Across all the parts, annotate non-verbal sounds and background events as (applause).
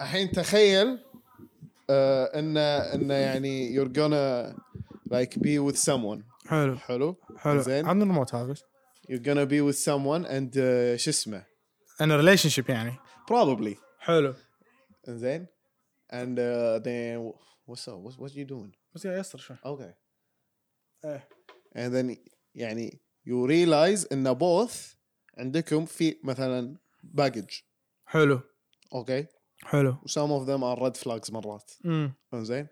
الحين تخيل آه ان ان يعني you're gonna like be with someone حلو حلو حلو زين. عن الموت هذا you're gonna be with someone and آه شو اسمه انا ريليشن شيب يعني probably حلو زين and uh, then what's up what's what you doing بس يا يسر شو okay إيه. and then يعني you realize ان both عندكم في مثلا baggage حلو اوكي حلو some of them are red flags مرات امم انزين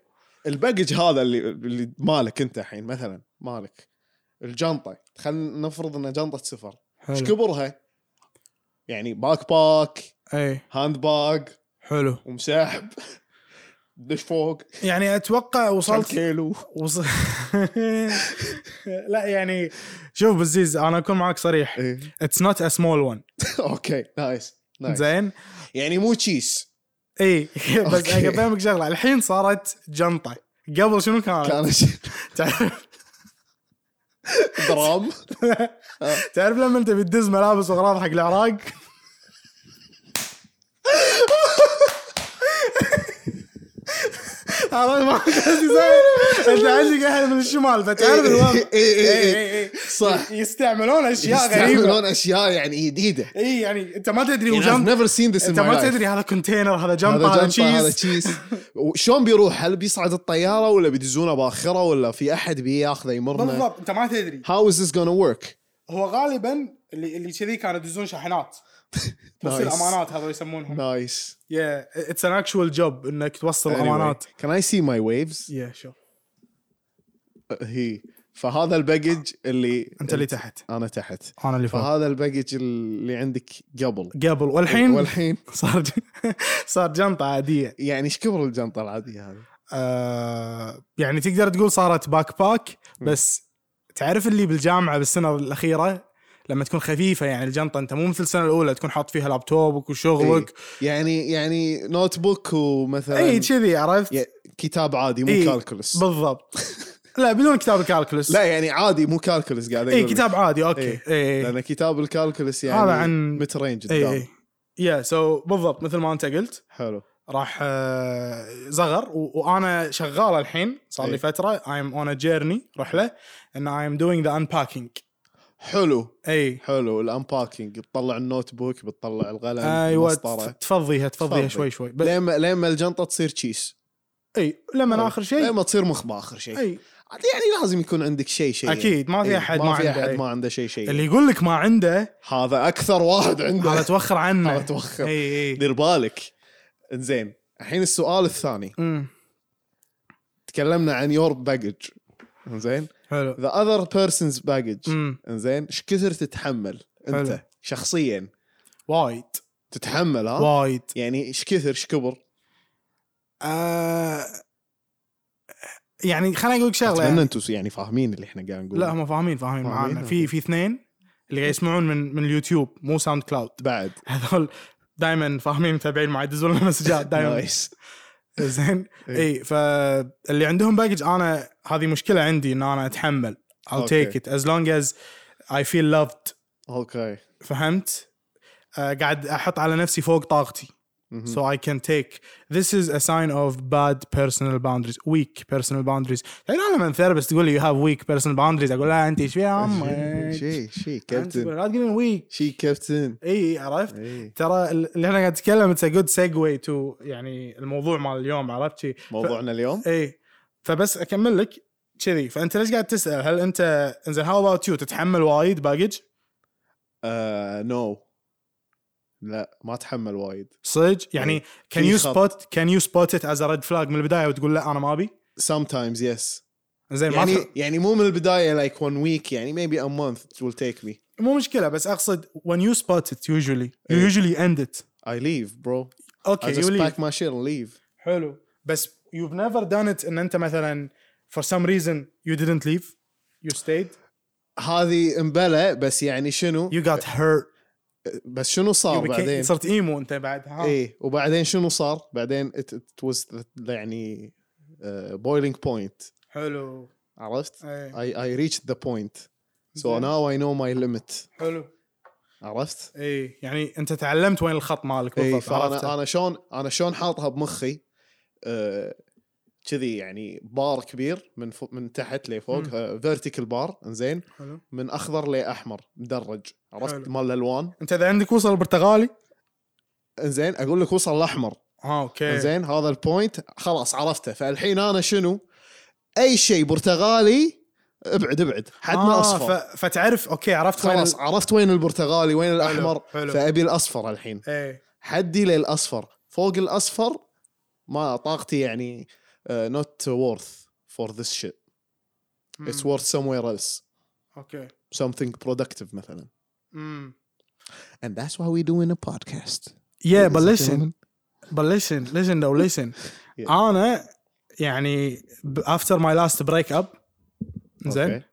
الباجج هذا اللي اللي مالك انت الحين مثلا مالك الجنطه خلينا نفرض انها جنطه سفر حلو ايش كبرها؟ يعني باك باك اي هاند باك إيه، حلو ومسحب دش فوق يعني اتوقع كم وصلت كيلو وص... (laughs) لا يعني شوف بزيز انا اكون معك صريح إيه. (laughs) اتس نوت ا سمول ون اوكي نايس نايس زين يعني مو تشيس اي (laughs) بس أوكي. افهمك شغله الحين صارت جنطه قبل شنو كانت؟ كان شي- تعرف (laughs) درام تعرف لما انت بتدز ملابس واغراض حق العراق عرفت ما قصدي زين انت عندك اهل من الشمال إيه، فتعرف الوضع إي- إي- إي- إي. إي- إي. إيه، صح. يستعملون اشياء غريبه يستعملون اشياء يعني جديده اي يعني انت ما تدري يعني I've وجنب never seen this in انت my ما life تدري هذا كونتينر هذا جنب هذا هذا جنطة هذا تشيز تشيز (laughs) وشلون بيروح هل بيصعد الطياره ولا بيدزونه باخره ولا في احد بياخذه يمرنا بالضبط انت ما تدري هاو از ذس gonna ورك هو غالبا اللي اللي كذي كانوا يدزون (laughs) شاحنات توصيل Nice. امانات هذول يسمونهم نايس يا اتس ان اكشوال جوب انك توصل امانات كان اي سي ماي ويفز يا شو هي فهذا الباجج اللي انت اللي تحت انا تحت انا اللي فوق فهذا الباجج اللي عندك قبل قبل والحين والحين (laughs) صار ج... صار جنطه عاديه يعني ايش كبر الجنطه العاديه هذه؟ آه يعني تقدر تقول صارت باك باك بس تعرف اللي بالجامعه بالسنه الاخيره لما تكون خفيفه يعني الجنطه انت مو مثل السنه الاولى تكون حاط فيها لابتوبك وشغلك يعني يعني نوت بوك ومثلا اي كذي عرفت ي- كتاب عادي مو إي، كالكولس (laughs) بالضبط لا بدون كتاب الكالكولس لا يعني عادي مو كالكولس قاعد اي أقول لك. كتاب عادي اوكي إيه. اي اي لان كتاب الكالكولس يعني هذا عن- إيه، ميد رينج اي قدام اي يا سو بالضبط مثل ما انت قلت حلو راح آه، زغر و- وانا شغال الحين صار إيه. لي فتره ايم اون ا جيرني رحله ان ايم دوينج ذا انباكينج حلو اي حلو الانباكينج بتطلع النوت بوك بتطلع القلم ايوه المسطره ت- تفضيها تفضيها تفضي. شوي شوي بس لين ما- لين ما الجنطه تصير تشيس اي لما اخر لين شيء ما تصير مخ باخر شيء اي يعني لازم يكون عندك شيء شيء أكيد، ما في إي، أحد إيه، ما ما في عنده، احد إي. ما عنده شيء شيء اللي يقول لك ما (laughs) عنده هذا اكثر واحد هذا إيه. عنده توخر عنه (laughs) هذا توخر. اي اي دير بالك انزين الحين السؤال الثاني أمم، تكلمنا عن يور باجج انزين حلو ذا اذر بيرسونز باجج امم انزين ايش كثر تتحمل انت حلو. شخصيا وايد تتحمل ها وايد يعني ايش كثر ايش كبر آه، يعني خليني اقول لك شغله اتمنى يعني انتم يعني فاهمين اللي احنا قاعد نقول لا هم فاهمين فاهمين فاهمين؟ معانا في في اثنين اللي قاعد يسمعون من من اليوتيوب مو ساوند كلاود بعد (laughs) هذول دائما فاهمين متابعين معي يدزون لنا (laughs) مسجات دائما نايس (laughs) زين إيه. اي فاللي عندهم باجج انا هذه مشكله عندي ان انا اتحمل I'll أوكي. take it as long as I feel loved اوكي فهمت؟ آه، قاعد احط على نفسي فوق طاقتي مهم. so I can take this is a sign of bad personal boundaries weak personal boundaries يعني انا لما ثيرابيست تقول لي you have weak personal boundaries اقول لها انت ايش (laughs) فيها امك شي شي (laughs) أنت تقول كابتن لا تقولين weak شي كابتن اي عرفت إيه. ترى ال- اللي احنا قاعد نتكلم اتس جود سيجوي تو يعني الموضوع مال اليوم عرفت شي موضوعنا اليوم اي فبس اكمل لك كذي فانت ليش قاعد تسال هل انت انزين هاو اباوت يو تتحمل وايد باجج آه نو لا ما تحمل وايد صدق يعني إيه. كان في يو خط. سبوت كان يو سبوت ات از ريد فلاج من البدايه وتقول لا انا ما ابي sometimes yes زين ما يعني في- يعني مو من البدايه like one week يعني maybe a month it will take me مو مشكله بس اقصد when you spot it usually you إيه. usually end it I leave bro I اوكي just you leave pack my shit and leave حلو بس you've never done it ان انت مثلا for some reason you didn't leave you stayed هذه امبلى بس يعني شنو you got hurt بس شنو you صار became, بعدين صرت ايمو انت بعد ها ايه وبعدين شنو صار بعدين it, it was the, يعني uh, boiling point حلو عرفت ايه I, I reached the point so زين. now I know my limit حلو عرفت؟ اي يعني انت تعلمت وين الخط مالك اي بالضبط فانا عرفته انا شلون انا شلون حاطها بمخي آه، كذي يعني بار كبير من فوق من تحت لفوق آه، مم. فيرتيكال بار انزين حلو. من اخضر لاحمر مدرج عرفت حلو. مال الالوان انت اذا عندك وصل برتغالي انزين اقول لك وصل الاحمر اه اوكي زين هذا البوينت خلاص عرفته فالحين انا شنو؟ اي شيء برتغالي ابعد ابعد حد ما آه، اصفر ف... فتعرف اوكي عرفت وين خلاص عرفت وين البرتغالي وين الاحمر حلو. فابي الاصفر الحين اي حدي للاصفر فوق الاصفر ما طاقتي يعني نوت worth for this shit it's worth somewhere else اوكي something productive مثلا امم and that's why we're doing a podcast يا Ladies and بلشن gentlemen. بلشن ليسن (laughs) لو ليسن انا يعني افتر ماي لاست بريك اب زين أوكي.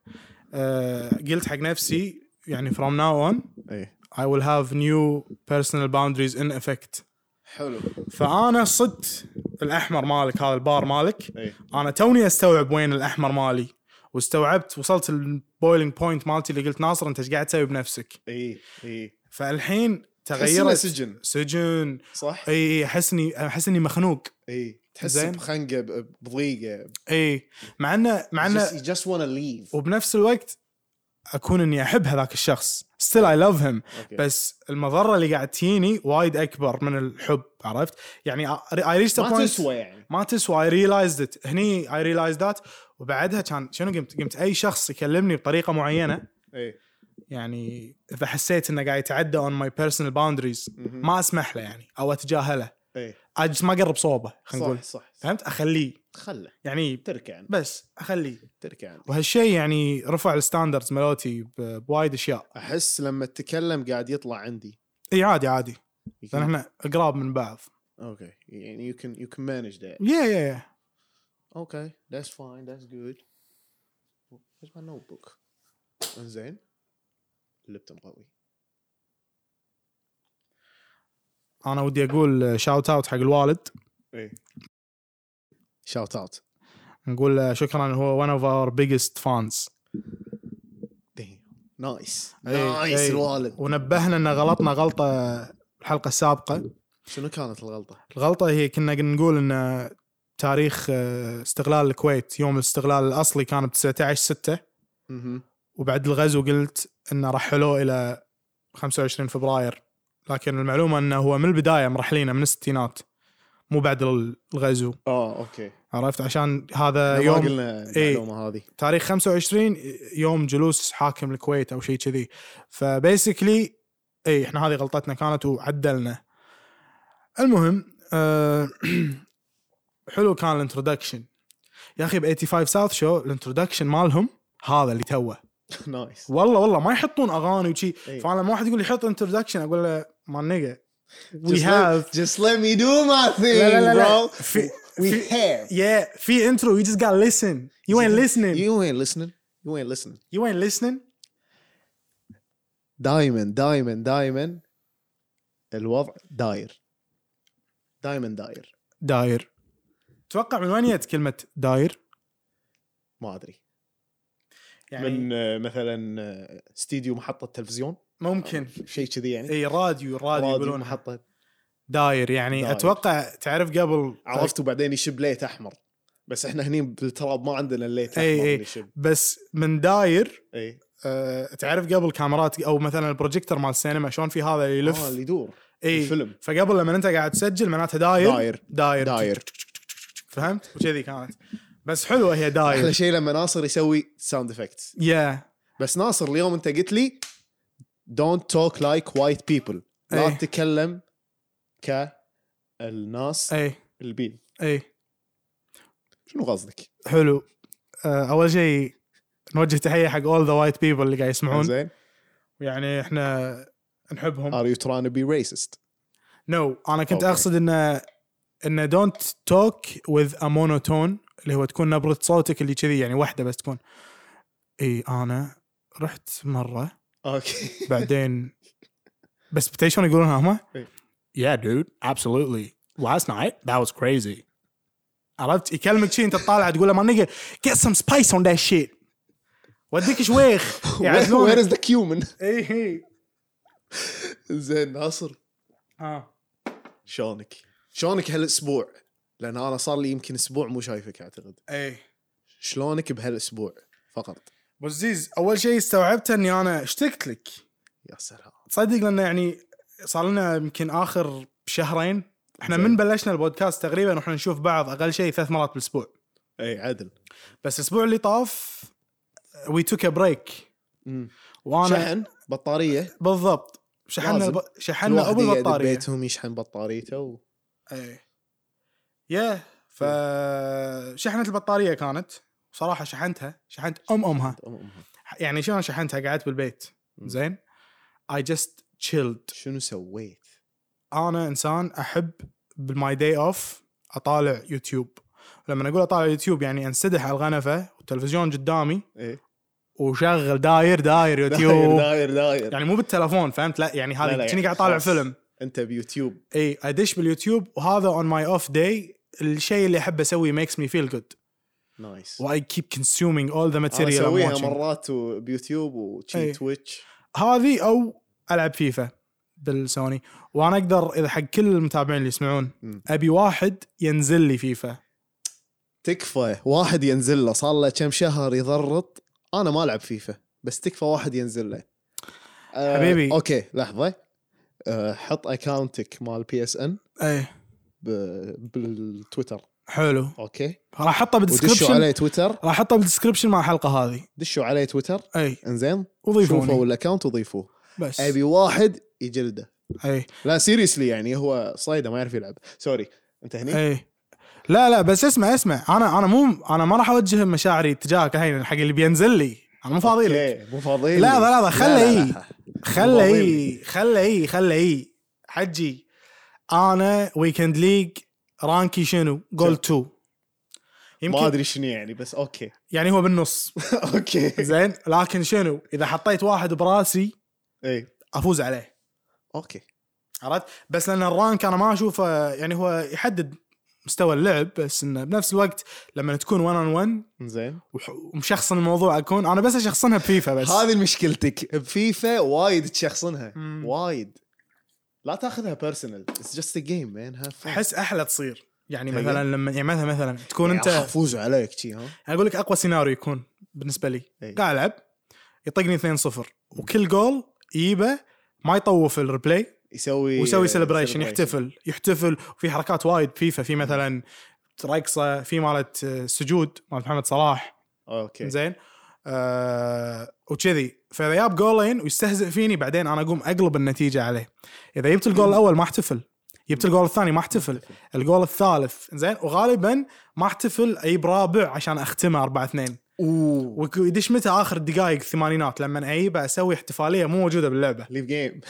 آه، قلت حق نفسي يعني from now on ايه I will have new personal boundaries in effect حلو فانا صدت الاحمر مالك هذا البار مالك ايه انا توني استوعب وين الاحمر مالي واستوعبت وصلت البويلينج بوينت مالتي اللي قلت ناصر انت ايش قاعد تسوي بنفسك ايه إيه. ايه فالحين تحس إنه تغيرت سجن سجن صح؟ اي اي احس اني احس اني مخنوق اي إيه، تحس زين. بخنقه ب- بضيقه اي مع انه مع انه You just wanna leave وبنفس الوقت اكون اني احب هذاك الشخص ستيل اي لاف هيم أوكي. بس المضره اللي قاعد تجيني وايد اكبر من الحب عرفت يعني اي ريست ما تسوى يعني ما تسوى اي ريلايزد ات هني اي ريلايز ذات وبعدها كان شنو قمت قمت اي شخص يكلمني بطريقه معينه اي يعني اذا حسيت انه قاعد يتعدى اون ماي بيرسونال باوندريز مهم. ما اسمح له يعني او اتجاهله اي اجلس ما اقرب صوبه خلينا نقول صح إيه، صح فهمت اخليه خله يعني ترك عنه بس اخليه ترك عنه وهالشيء يعني رفع الستاندردز مالوتي ب- بوايد اشياء احس لما اتكلم قاعد يطلع عندي اي عادي عادي You لان can- احنا قراب من بعض اوكي يعني يو كان يو كان مانج ذات يا يا يا اوكي ذاتس فاين ذاتس جود ويز ماي نوت بوك انزين اللبتم قوي انا ودي اقول شاوت اوت حق الوالد اي شاوت اوت نقول له شكرا هو ون اوف اور بيجست فانز نايس إيه، نايس إيه. الوالد ونبهنا ان غلطنا غلطه الحلقه السابقه شنو كانت الغلطه؟ الغلطه هي كنا نقول ان تاريخ آه، استقلال الكويت يوم الاستقلال الاصلي كان ب 19 6 مهم. وبعد الغزو قلت انه رحلوه الى 25 فبراير لكن المعلومه انه هو من البدايه مرحلينه من الستينات مو بعد الغزو اه اوكي عرفت عشان هذا احنا ما يوم قلنا إيه. المعلومه هذه (laughs) تاريخ 25 يوم جلوس حاكم الكويت او شيء كذي فبيسكلي اي احنا هذه غلطتنا كانت وعدلنا المهم آه (clears throat) حلو كان الانترودكشن يا اخي ب 85 ساوث شو الانترودكشن مالهم هذا اللي توه نايس والله والله ما يحطون اغاني وشي إي. فانا لما واحد يقول لي حط انترودكشن اقول له ما نيجا وي Just let- هاف just let me do my thing لا لا لا, لا. إيه، bro في we في have yeah في انترو يو جاست gotta listen you ain't listening you ain't listening you ain't listening you ain't listening دايما دايما دايما الوضع داير دايما داير داير تتوقع من وين جت كلمه داير؟ ما ادري يعني من آه، مثلا آه، استديو محطه تلفزيون ممكن شيء كذي يعني اي راديو راديو راديو يقولون محطه داير يعني داير. اتوقع تعرف قبل عرفت وبعدين يشب ليت احمر بس احنا هني بالتراب ما عندنا الليت إي احمر إي. اللي يشب إيه. بس من داير اي أه تعرف قبل كاميرات او مثلا البروجيكتر مال السينما شلون في هذا اللي اه اللي يلف يدور اي الفيلم فقبل لما انت قاعد تسجل معناتها داير داير. داير, داير فهمت؟ وكذي كانت بس حلوه هي احلى داير شيء لما ناصر يسوي ساوند افكتس يا بس ناصر اليوم انت قلت لي don't talk like white people لا ايه. تتكلم ك الناس اي البيض اي شنو قصدك؟ حلو أه اول شيء نوجه تحيه حق اول ذا وايت بيبل اللي قاعد يسمعون زين يعني احنا نحبهم are you trying to be racist؟ نو no, انا كنت أوكي. اقصد انه انه دونت توك وذ ا مونوتون اللي هو تكون نبره صوتك اللي كذي يعني واحده بس تكون اي انا رحت مره اوكي (laughs) بعدين بس بتدري شلون يقولونها هم؟ إي. Yeah dude absolutely last night that was crazy عرفت يكلمك شي انت تطالع تقول له ما نيجا get some spice on that shit وديك شويخ (laughs) يعني where, where is the cumin؟ اي زين ناصر ها شلونك؟ شلونك هالاسبوع؟ لان انا صار لي يمكن اسبوع مو شايفك اعتقد. اي شلونك بهالاسبوع فقط؟ بوزيز اول شيء استوعبته اني انا اشتقت لك يا سلام تصدق لانه يعني صار لنا يمكن اخر شهرين احنا زين. من بلشنا البودكاست تقريبا واحنا نشوف بعض اقل شيء ثلاث مرات بالاسبوع اي إيه، عدل. بس الاسبوع اللي طاف وي توك بريك مم. وانا شحن بطاريه بالضبط شحنا لازم. الب... كل شحنا واحد ابو يقعد البطاريه ببيتهم يشحن بطاريته و... ايه يا ف شحنه البطاريه كانت صراحه شحنتها شحنت ام امها أم- أمها. يعني شلون شحنتها قعدت بالبيت مم. زين اي جاست تشيلد شنو سويت؟ انا انسان احب بالماي داي اوف اطالع يوتيوب لما اقول اطالع يوتيوب يعني انسدح على الغنفه والتلفزيون قدامي (laughs) ايه وشغل (laughs) داير داير يوتيوب داير داير يعني مو بالتلفون فهمت لا يعني لا، لا، هذا كني يعني قاعد اطالع خلاص. فيلم انت بيوتيوب اي ادش باليوتيوب وهذا اون ماي اوف داي الشيء اللي احب اسويه ميكس مي فيل جود نايس واي كيب كونسيومينج اول ذا انا اسويها ماتيريال مرات و- بيوتيوب وشي إيه. تويتش هذه او العب فيفا بالسوني وانا اقدر اذا حق كل المتابعين اللي يسمعون مم. ابي واحد ينزل لي فيفا تكفى واحد ينزل له صار له كم شهر يضرط انا ما العب فيفا بس تكفى واحد ينزل له أه حبيبي. اوكي لحظه أه حط اكاونتك مال بي اس ان اي بالتويتر إيه، حلو اوكي راح احطه ودشوا بالدسكربشن عليه تويتر راح احطه بالدسكربشن مع الحلقه هذه دشوا عليه تويتر اي انزين شوفوا وضيفوني الاكاونت وضيفوه بس إيه. ابي واحد يجلده اي لا سيريسلي يعني هو صايده ما يعرف يلعب سوري انت هني اي إيه. لا لا بس اسمع اسمع انا انا مو انا ما راح اوجه مشاعري تجاهك الحين حق اللي بينزل لي انا مو فاضي لك أوكي، مو فاضي لي. لحظة، لحظة، خله لا، لا، إيه. لا. خله والله. اي خله اي خله اي حجي انا ويكند ليج رانكي شنو؟ جول 2 ما يمكن ادري شنو يعني بس (laughs) اوكي يعني (laughs) هو بالنص اوكي زين لكن شنو؟ اذا حطيت واحد براسي اي افوز عليه اوكي عرفت؟ بس لان الرانك انا ما اشوفه يعني هو يحدد مستوى اللعب بس انه بنفس الوقت لما تكون 1 اون 1 زين ومشخصن الموضوع اكون انا بس اشخصنها بفيفا بس هذه مشكلتك بفيفا وايد تشخصنها مم. وايد لا تاخذها بيرسونال اتس جاست ا جيم مان هاف احس احلى تصير يعني هي. مثلا لما يعني مثلا مثلا تكون انت افوز إيه، عليك شي ها إيه. أنا اقول لك اقوى سيناريو يكون بالنسبه لي إي. قاعد العب يطقني 2-0 وكل جول يجيبه ما يطوف الريبلاي يسوي ويسوي آه، سيلبريشن celebration. يحتفل يحتفل وفي حركات وايد فيفا في مثلا رقصه في مالت آه، سجود مالت محمد صلاح اوكي زين آه وكذي فاذا جاب جولين ويستهزئ فيني بعدين انا اقوم اقلب النتيجه عليه اذا جبت الجول الاول ما احتفل جبت الجول الثاني ما احتفل الجول الثالث زين وغالبا ما احتفل اي برابع عشان اختمه 4 2 اوه وك- ويدش متى اخر الدقائق الثمانينات لما اعيبه اسوي احتفاليه مو موجوده باللعبه ليف (laughs) جيم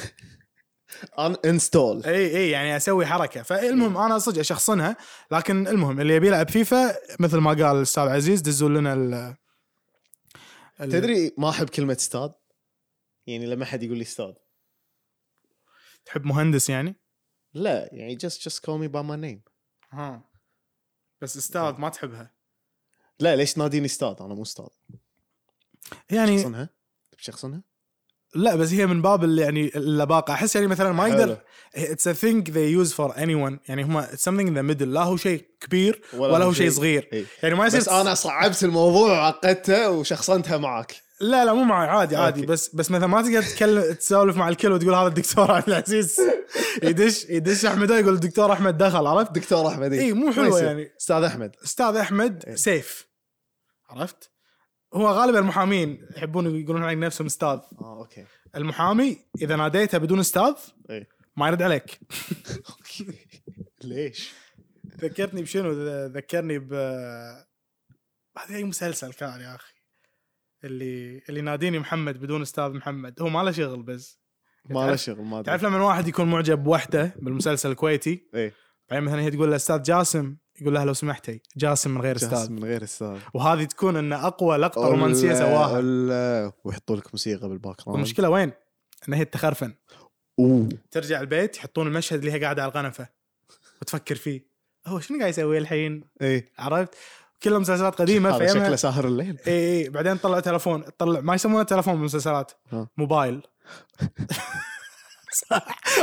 ان انستول اي اي يعني اسوي حركه فالمهم انا صدق اشخصنها لكن المهم اللي يبي يلعب فيفا مثل ما قال الاستاذ عزيز دزوا لنا ال ال- تدري ما احب كلمه استاد يعني لما احد يقول لي استاد تحب مهندس يعني؟ لا يعني just just call me by my name ها بس استاذ ما تحبها لا ليش ناديني استاد انا مو استاد يعني شخصنها بشخصنها لا بس هي من باب ال- يعني اللباقه احس يعني مثلا ما يقدر اتس ا ثينج ذي يوز فور اني ون يعني هم something in the middle لا هو شيء كبير ولا هو شيء صغير (laughs) إيه. يعني ما يصير بس انا صعبت الموضوع وعقدته وشخصنتها معك لا لا مو معي عادي عادي أوكي. بس بس مثلا ما تقدر تتكلم تسولف مع الكل وتقول هذا الدكتور عبد العزيز (laughs) يدش يدش احمد يقول الدكتور احمد دخل عرفت؟ دكتور إيه. احمد اي مو ما حلوه يصير. يعني استاذ احمد استاذ احمد إي. سيف عرفت؟ هو غالبا المحامين يحبون يقولون عن نفسهم استاذ اه اوكي المحامي اذا ناديته بدون استاذ إي. ما يرد عليك اوكي (laughs) ليش؟ ذكرتني بشنو ذ- ذكرني ب هذا اي مسلسل كان يا اخي اللي اللي ناديني محمد بدون استاذ محمد هو ما له شغل بس ما له شغل ما تعرف ادري لما واحد يكون معجب بوحده بالمسلسل الكويتي ايه بعدين مثلا هي تقول له استاذ جاسم يقول لها لو سمحتي جاسم من غير جاسم استاذ من غير استاذ وهذه تكون ان اقوى لقطه رومانسيه سواها ولا- ويحطوا لك موسيقى بالباك جراوند المشكله وين؟ ان هي تخرفن اوه ترجع البيت يحطون المشهد اللي هي قاعده على الغنفه وتفكر فيه هو شنو قاعد يسوي الحين؟ ايه عرفت؟ كلها مسلسلات قديمه هذا فيمها شكله ساهر الليل (laughs) اي (laughs) اي بعدين طلع تلفون طلع ما يسمونه تلفون بالمسلسلات ها. موبايل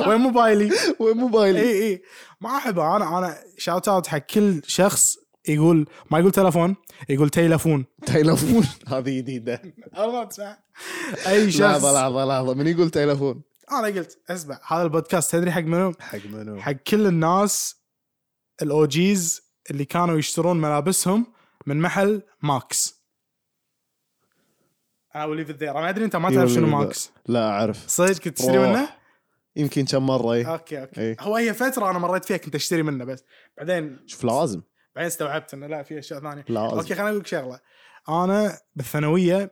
وين (laughs) موبايلي؟ وين موبايلي اي اي ما احبه انا انا شاوت اوت حق كل شخص يقول ما يقول تلفون يقول (laughs) تيلفون تيلفون (laughs) هذه جديده الله تسمع اي شخص لحظه لحظه لحظه من يقول تيلفون انا قلت اسمع هذا البودكاست تدري حق منو؟ حق منو حق كل الناس الاو جيز اللي كانوا يشترون ملابسهم من محل ماكس انا وليف الذير انا ادري انت ما تعرف شنو يوليف ماكس لا اعرف صدق كنت تشتري روح. منه؟ يمكن كم مره إيه. اوكي اوكي إيه. هو هي فتره انا مريت فيها كنت اشتري منه بس بعدين شوف لازم بعدين استوعبت انه لا في اشياء ثانيه لازم اوكي خليني اقول لك شغله انا بالثانويه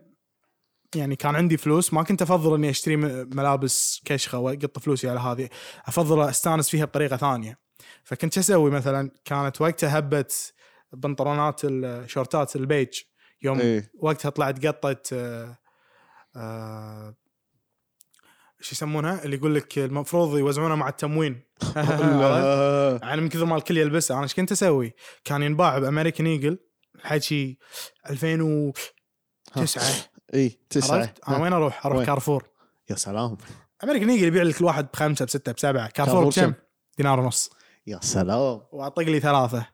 يعني كان عندي فلوس ما كنت افضل اني اشتري م- ملابس كشخه واقط فلوسي على هذه افضل استانس فيها بطريقه ثانيه فكنت شو اسوي مثلا كانت وقتها هبه بنطلونات الشورتات البيج يوم (laughs) ايه وقتها طلعت قطه آه، آه، شو يسمونها اللي يقول لك المفروض يوزعونها مع التموين (laughs) لا. انا من كثر ما الكل يلبسها انا ايش كنت اسوي؟ كان ينباع بامريكان ايجل حكي 2009 ايه تسعه عرفت؟ انا وين اروح؟ اروح وين؟ كارفور يا سلام امريكان ايجل يبيع لك الواحد بخمسه بسته بسبعه كارفور كارفور بكم؟ كم؟ دينار ونص يا سلام (laughs) واعطق لي ثلاثه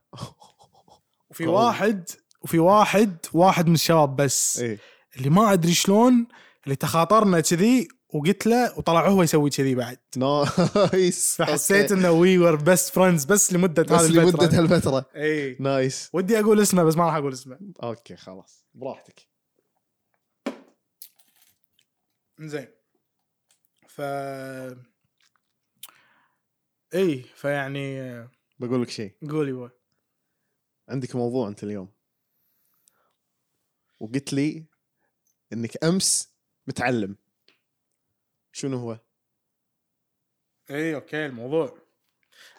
وفي أوه. واحد وفي واحد واحد من الشباب بس ايه اللي ما ادري شلون اللي تخاطرنا كذي وقلت له وطلع هو يسوي كذي بعد نايس فحسيت أوكي. انه وي ور بيست فريندز بس لمده هذه بس الفتره لمده هالفتره اي نايس ودي اقول اسمه بس ما راح اقول اسمه اوكي خلاص براحتك زين ف اي إيه، فيعني بقول لك شيء قولي بوي عندك موضوع انت اليوم وقلت لي انك امس متعلم شنو هو؟ اي اوكي إيه، الموضوع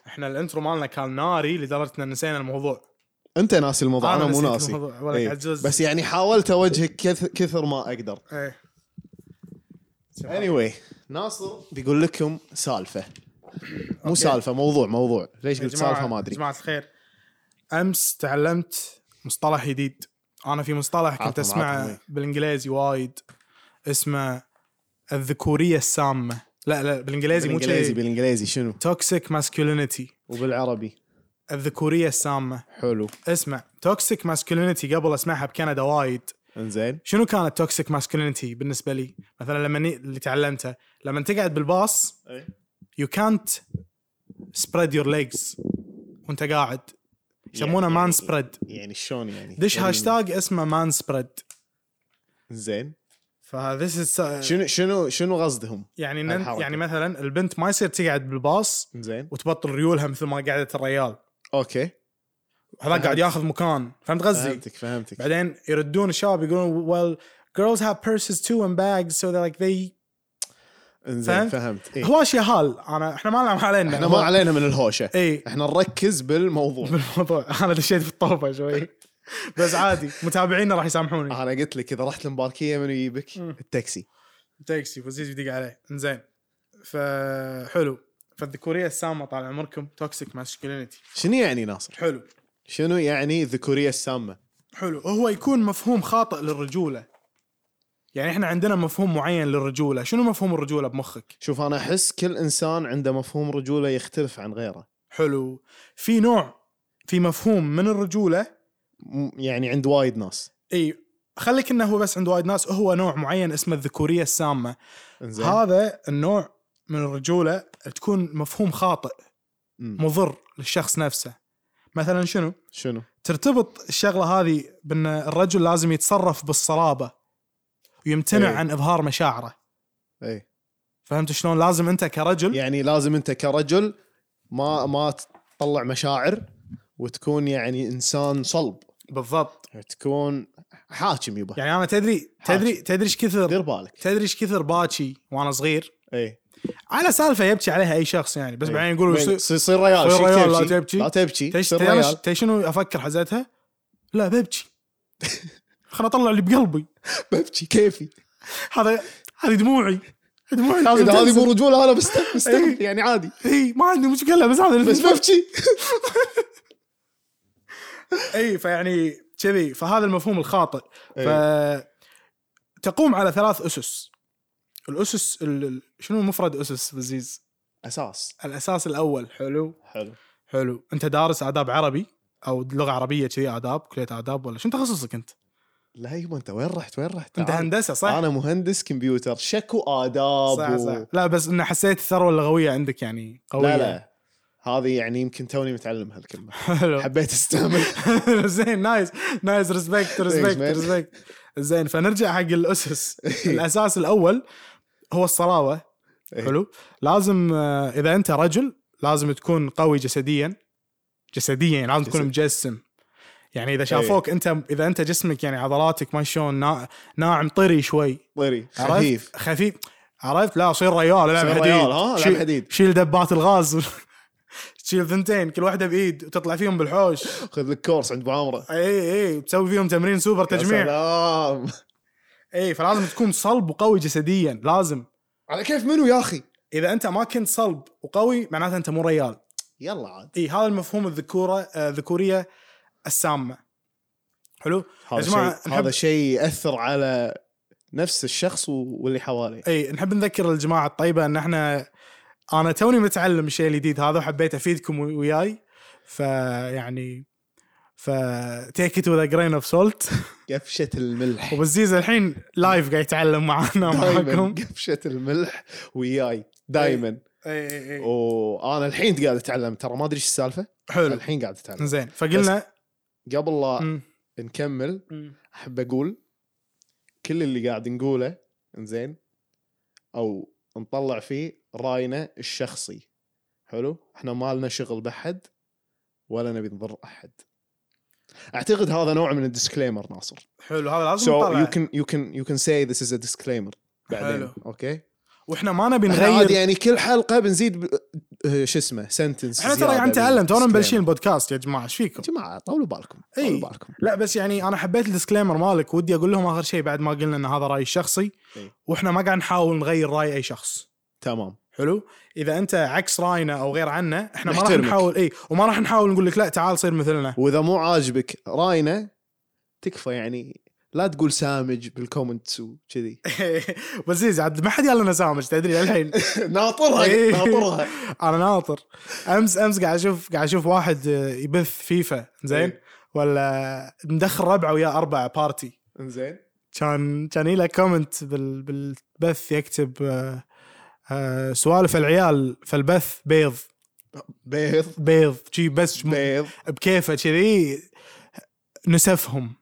احنا الانترو مالنا كان ناري لدرجه ان نسينا الموضوع انت ناسي الموضوع انا مو نسيت ناسي الموضوع ولا إيه. قاعد جزء بس يعني حاولت اوجهك كث- كثر ما اقدر اي anyway ناصر بيقول لكم سالفه مو أوكي. سالفه موضوع موضوع ليش يا قلت جماعة- سالفه ما ادري جماعه الخير امس تعلمت مصطلح جديد انا في مصطلح كنت عطهم- عطهم، اسمعه إيه. بالانجليزي وايد اسمه الذكوريه السامه لا لا بالانجليزي مو بالانجليزي شيء بالانجليزي شنو؟ توكسيك ماسكولينيتي وبالعربي الذكوريه السامه حلو اسمع توكسيك ماسكولينيتي قبل اسمعها بكندا وايد انزين شنو كانت توكسيك ماسكولينيتي بالنسبه لي مثلا لما ني- اللي تعلمته لما تقعد بالباص يو كانت سبريد يور ليجز وانت قاعد يسمونه مان يعني- سبريد يعني شلون يعني؟ دش هاشتاج اسمه مان سبريد زين فذس از شنو شنو شنو قصدهم؟ يعني إن أنت- الحركة. يعني مثلا البنت ما يصير تقعد بالباص زين وتبطل ريولها مثل ما قعدت الريال اوكي هذا قاعد فهمت. ياخذ مكان فهمت قصدي؟ فهمتك فهمتك بعدين يردون الشباب يقولون well girls have purses too and bags so they're like they انزين فهمت؟ فهمت إيه؟ هو اشياء هال انا احنا ما نعلم علينا احنا ما علينا من الهوشه اي احنا نركز بالموضوع بالموضوع انا دشيت في الطوفه شوي بس عادي متابعينا راح يسامحوني انا قلت لك اذا رحت المباركيه من يجيبك مم. التاكسي تاكسي وزيز يدق عليه انزين فحلو فالذكوريه السامه طال عمركم توكسيك ماسكولينيتي شنو يعني ناصر حلو شنو يعني الذكوريه السامه حلو هو يكون مفهوم خاطئ للرجوله يعني احنا عندنا مفهوم معين للرجوله شنو مفهوم الرجوله بمخك شوف انا احس كل انسان عنده مفهوم رجوله يختلف عن غيره حلو في نوع في مفهوم من الرجوله م- يعني عند وايد ناس اي خليك انه هو بس عند وايد ناس هو نوع معين اسمه الذكوريه السامه انزين هذا النوع من الرجوله تكون مفهوم خاطئ مم. مضر للشخص نفسه مثلا شنو شنو ترتبط الشغله هذه بان الرجل لازم يتصرف بالصلابه ويمتنع إيه. عن اظهار مشاعره اي فهمت شلون لازم انت كرجل إيه. يعني لازم انت كرجل ما ما تطلع مشاعر وتكون يعني انسان صلب بالضبط تكون حاكم يبا يعني انا تدري حاج. تدري تدري ايش كثر دير بالك إيه. تدري ايش كثر باكي وانا صغير اي على سالفه يبكي عليها اي شخص يعني إيه. بس بعدين يقولوا يصير إيش- يصير ريال صير شو ريال، لا تبكي. لا تبكي تدري صير تدري أنا ريال (laughs) ش- تدري شنو افكر حزتها لا ببكي خلنا اطلع اللي بقلبي ببكي كيفي هذا هذه دموعي دموعي (laughs) لازم إيه. اذا هذه تنزل. مو رجوله انا (laughs) بست- بستهبل يعني عادي اي ما عندي مشكله بس هذا بس ببكي (laughs) اي فيعني كذي فهذا المفهوم الخاطئ ف إي. تقوم على ثلاث اسس الاسس ال- ال- شنو مفرد اسس بزيز؟ اساس الاساس الاول حلو حلو حلو انت دارس اداب عربي او لغه عربيه كذي اداب كليه اداب ولا شنو تخصصك انت؟ لا يما انت وين رحت وين رحت انت تعال. هندسه صح؟ انا مهندس كمبيوتر شكو اداب صح و- صح لا بس انه حسيت الثروه اللغويه عندك يعني قويه لا لا هذه يعني يمكن توني متعلم هالكلمه (laughs) حلو حبيت استعمل (laughs) زين نايس نايس ريسبكت ريسبكت man. ريسبكت زين فنرجع حق (laughs) الاسس الاساس الاول هو الصلاوه إيه. حلو لازم آه، اذا انت رجل لازم تكون قوي جسديا جسديا يعني لازم تكون جسد. إيه. مجسم يعني اذا شافوك انت اذا انت جسمك يعني عضلاتك ما شلون نا- ناعم طري شوي طيري عرفت؟ خفيف خفيف عرفت لا صير ريال العب صير حديد ريال، ها، العب شيل- حديد. شيل دبات الغاز (laughs) تشيل ثنتين كل واحده بايد وتطلع فيهم بالحوش خذ لك كورس عند بعمره اي اي تسوي فيهم تمرين سوبر تجميع سلام اي فلازم تكون صلب وقوي جسديا لازم على كيف منو يا اخي اذا انت ما كنت صلب وقوي معناته انت مو ريال يلا عاد اي هذا المفهوم الذكوره آه، الذكوريه السامه حلو هذا يا جماعة، شيء هذا نحب- شيء ياثر على نفس الشخص و- واللي حواليه اي نحب نذكر الجماعه الطيبه ان احنا انا توني متعلم الشيء الجديد هذا وحبيت افيدكم وي- وياي فيعني ف تيك ات وذ جرين اوف سولت قفشه الملح وبزيز الحين لايف قاعد يتعلم معنا دايما معاكم قفشه الملح وياي دايما اي اي اي وانا الحين قاعد اتعلم ترى ما ادري ايش السالفه حلو الحين قاعد اتعلم زين فقلنا قبل لا مم. نكمل مم. احب اقول كل اللي قاعد نقوله انزين او نطلع فيه راينا الشخصي حلو احنا ما لنا شغل بحد ولا نبي نضر احد اعتقد هذا نوع من الديسكليمر ناصر حلو هذا لازم so نطلع you can you can you can say this is a disclaimer بعدين حلو. اوكي واحنا ما نبي احنا عادي نغير يعني كل حلقه بنزيد ب... آه، شو اسمه سنتنس احنا ترى يعني نتعلم تونا مبلشين البودكاست يا جماعه ايش فيكم؟ يا جماعه طولوا بالكم إي. طولوا بالكم لا بس يعني انا حبيت الديسكليمر مالك ودي اقول لهم اخر شيء بعد ما قلنا ان هذا رايي الشخصي إي. واحنا ما قاعد نحاول نغير راي اي شخص تمام حلو اذا انت عكس راينا او غير عنا احنا ما راح نحترمك. نحاول اي وما راح نحاول نقول لك لا تعال صير مثلنا (laughs) واذا مو عاجبك راينا تكفى يعني لا تقول سامج بالكومنتس وكذي (laughs) بزيز عاد ما حد يلا نسامج تدري الحين ناطرها إي. ناطرها انا ناطر امس امس قاعد اشوف قاعد اشوف واحد آه، يبث فيفا زين إي. ولا مدخل ربعه وياه اربعه بارتي انزين كان كان يله كومنت بال بالبث يكتب آه، آه، سوالف العيال فالبث بيض بيض بيض شي بس م- بيض بكيفه كذي نسفهم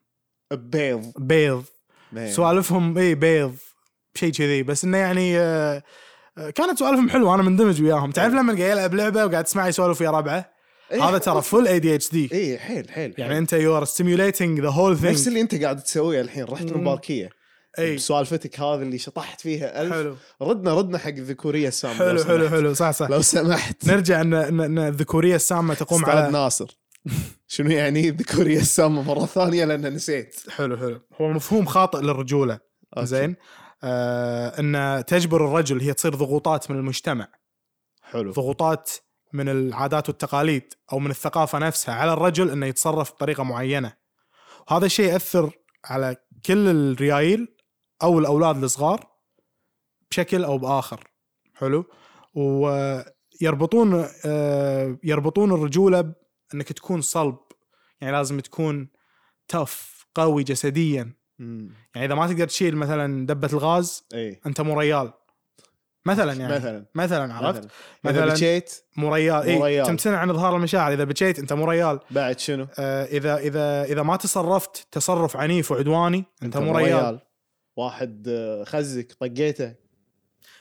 بيض بيض بيض. سوالفهم اي بيض شيء كذي بس انه يعني آه، آه، كانت سوالفهم حلوه انا مندمج إيه. وياهم تعرف لما قاعد يلعب لعبه وقاعد تسمع يسولف ويا ربعه إي، هذا ترى فول اي دي اتش دي اي حيل حيل يعني حيل. انت يو ار ستيميوليتنج ذا هول إيه. نفس ثينج اللي انت قاعد تسويه الحين رحت مم. المباركيه اي بسوالفتك هذه اللي شطحت فيها ألف إيه. حلو ردنا ردنا حق الذكوريه السامه لو حلو حلو سمحت. حلو صح صح لو سمحت نرجع ان ان إن الذكوريه السامه تقوم استاذ على ناصر شنو يعني ذكوريه السامه مره ثانيه لان نسيت حلو حلو هو مفهوم خاطئ للرجوله أوكي. (laughs) زين آه ان تجبر الرجل هي تصير ضغوطات من المجتمع حلو ضغوطات من العادات والتقاليد او من الثقافه نفسها على الرجل انه يتصرف بطريقه معينه وهذا الشيء ياثر على كل الريايل او الاولاد الصغار بشكل او باخر حلو ويربطون آه، يربطون الرجوله بانك تكون صلب يعني لازم تكون تف قوي جسديا مم. إيه. يعني اذا ما تقدر تشيل مثلا دبه الغاز اي انت مو ريال مثلا يعني مثلا, مثلا مثلا عرفت مثلا اذا مثلاً- بكيت مو ريال مو اي ريال. تمتنع عن اظهار المشاعر اذا بكيت انت مو ريال بعد شنو؟ آه اذا اذا اذا ما تصرفت تصرف عنيف وعدواني انت مو ريال واحد آه، خزك طقيته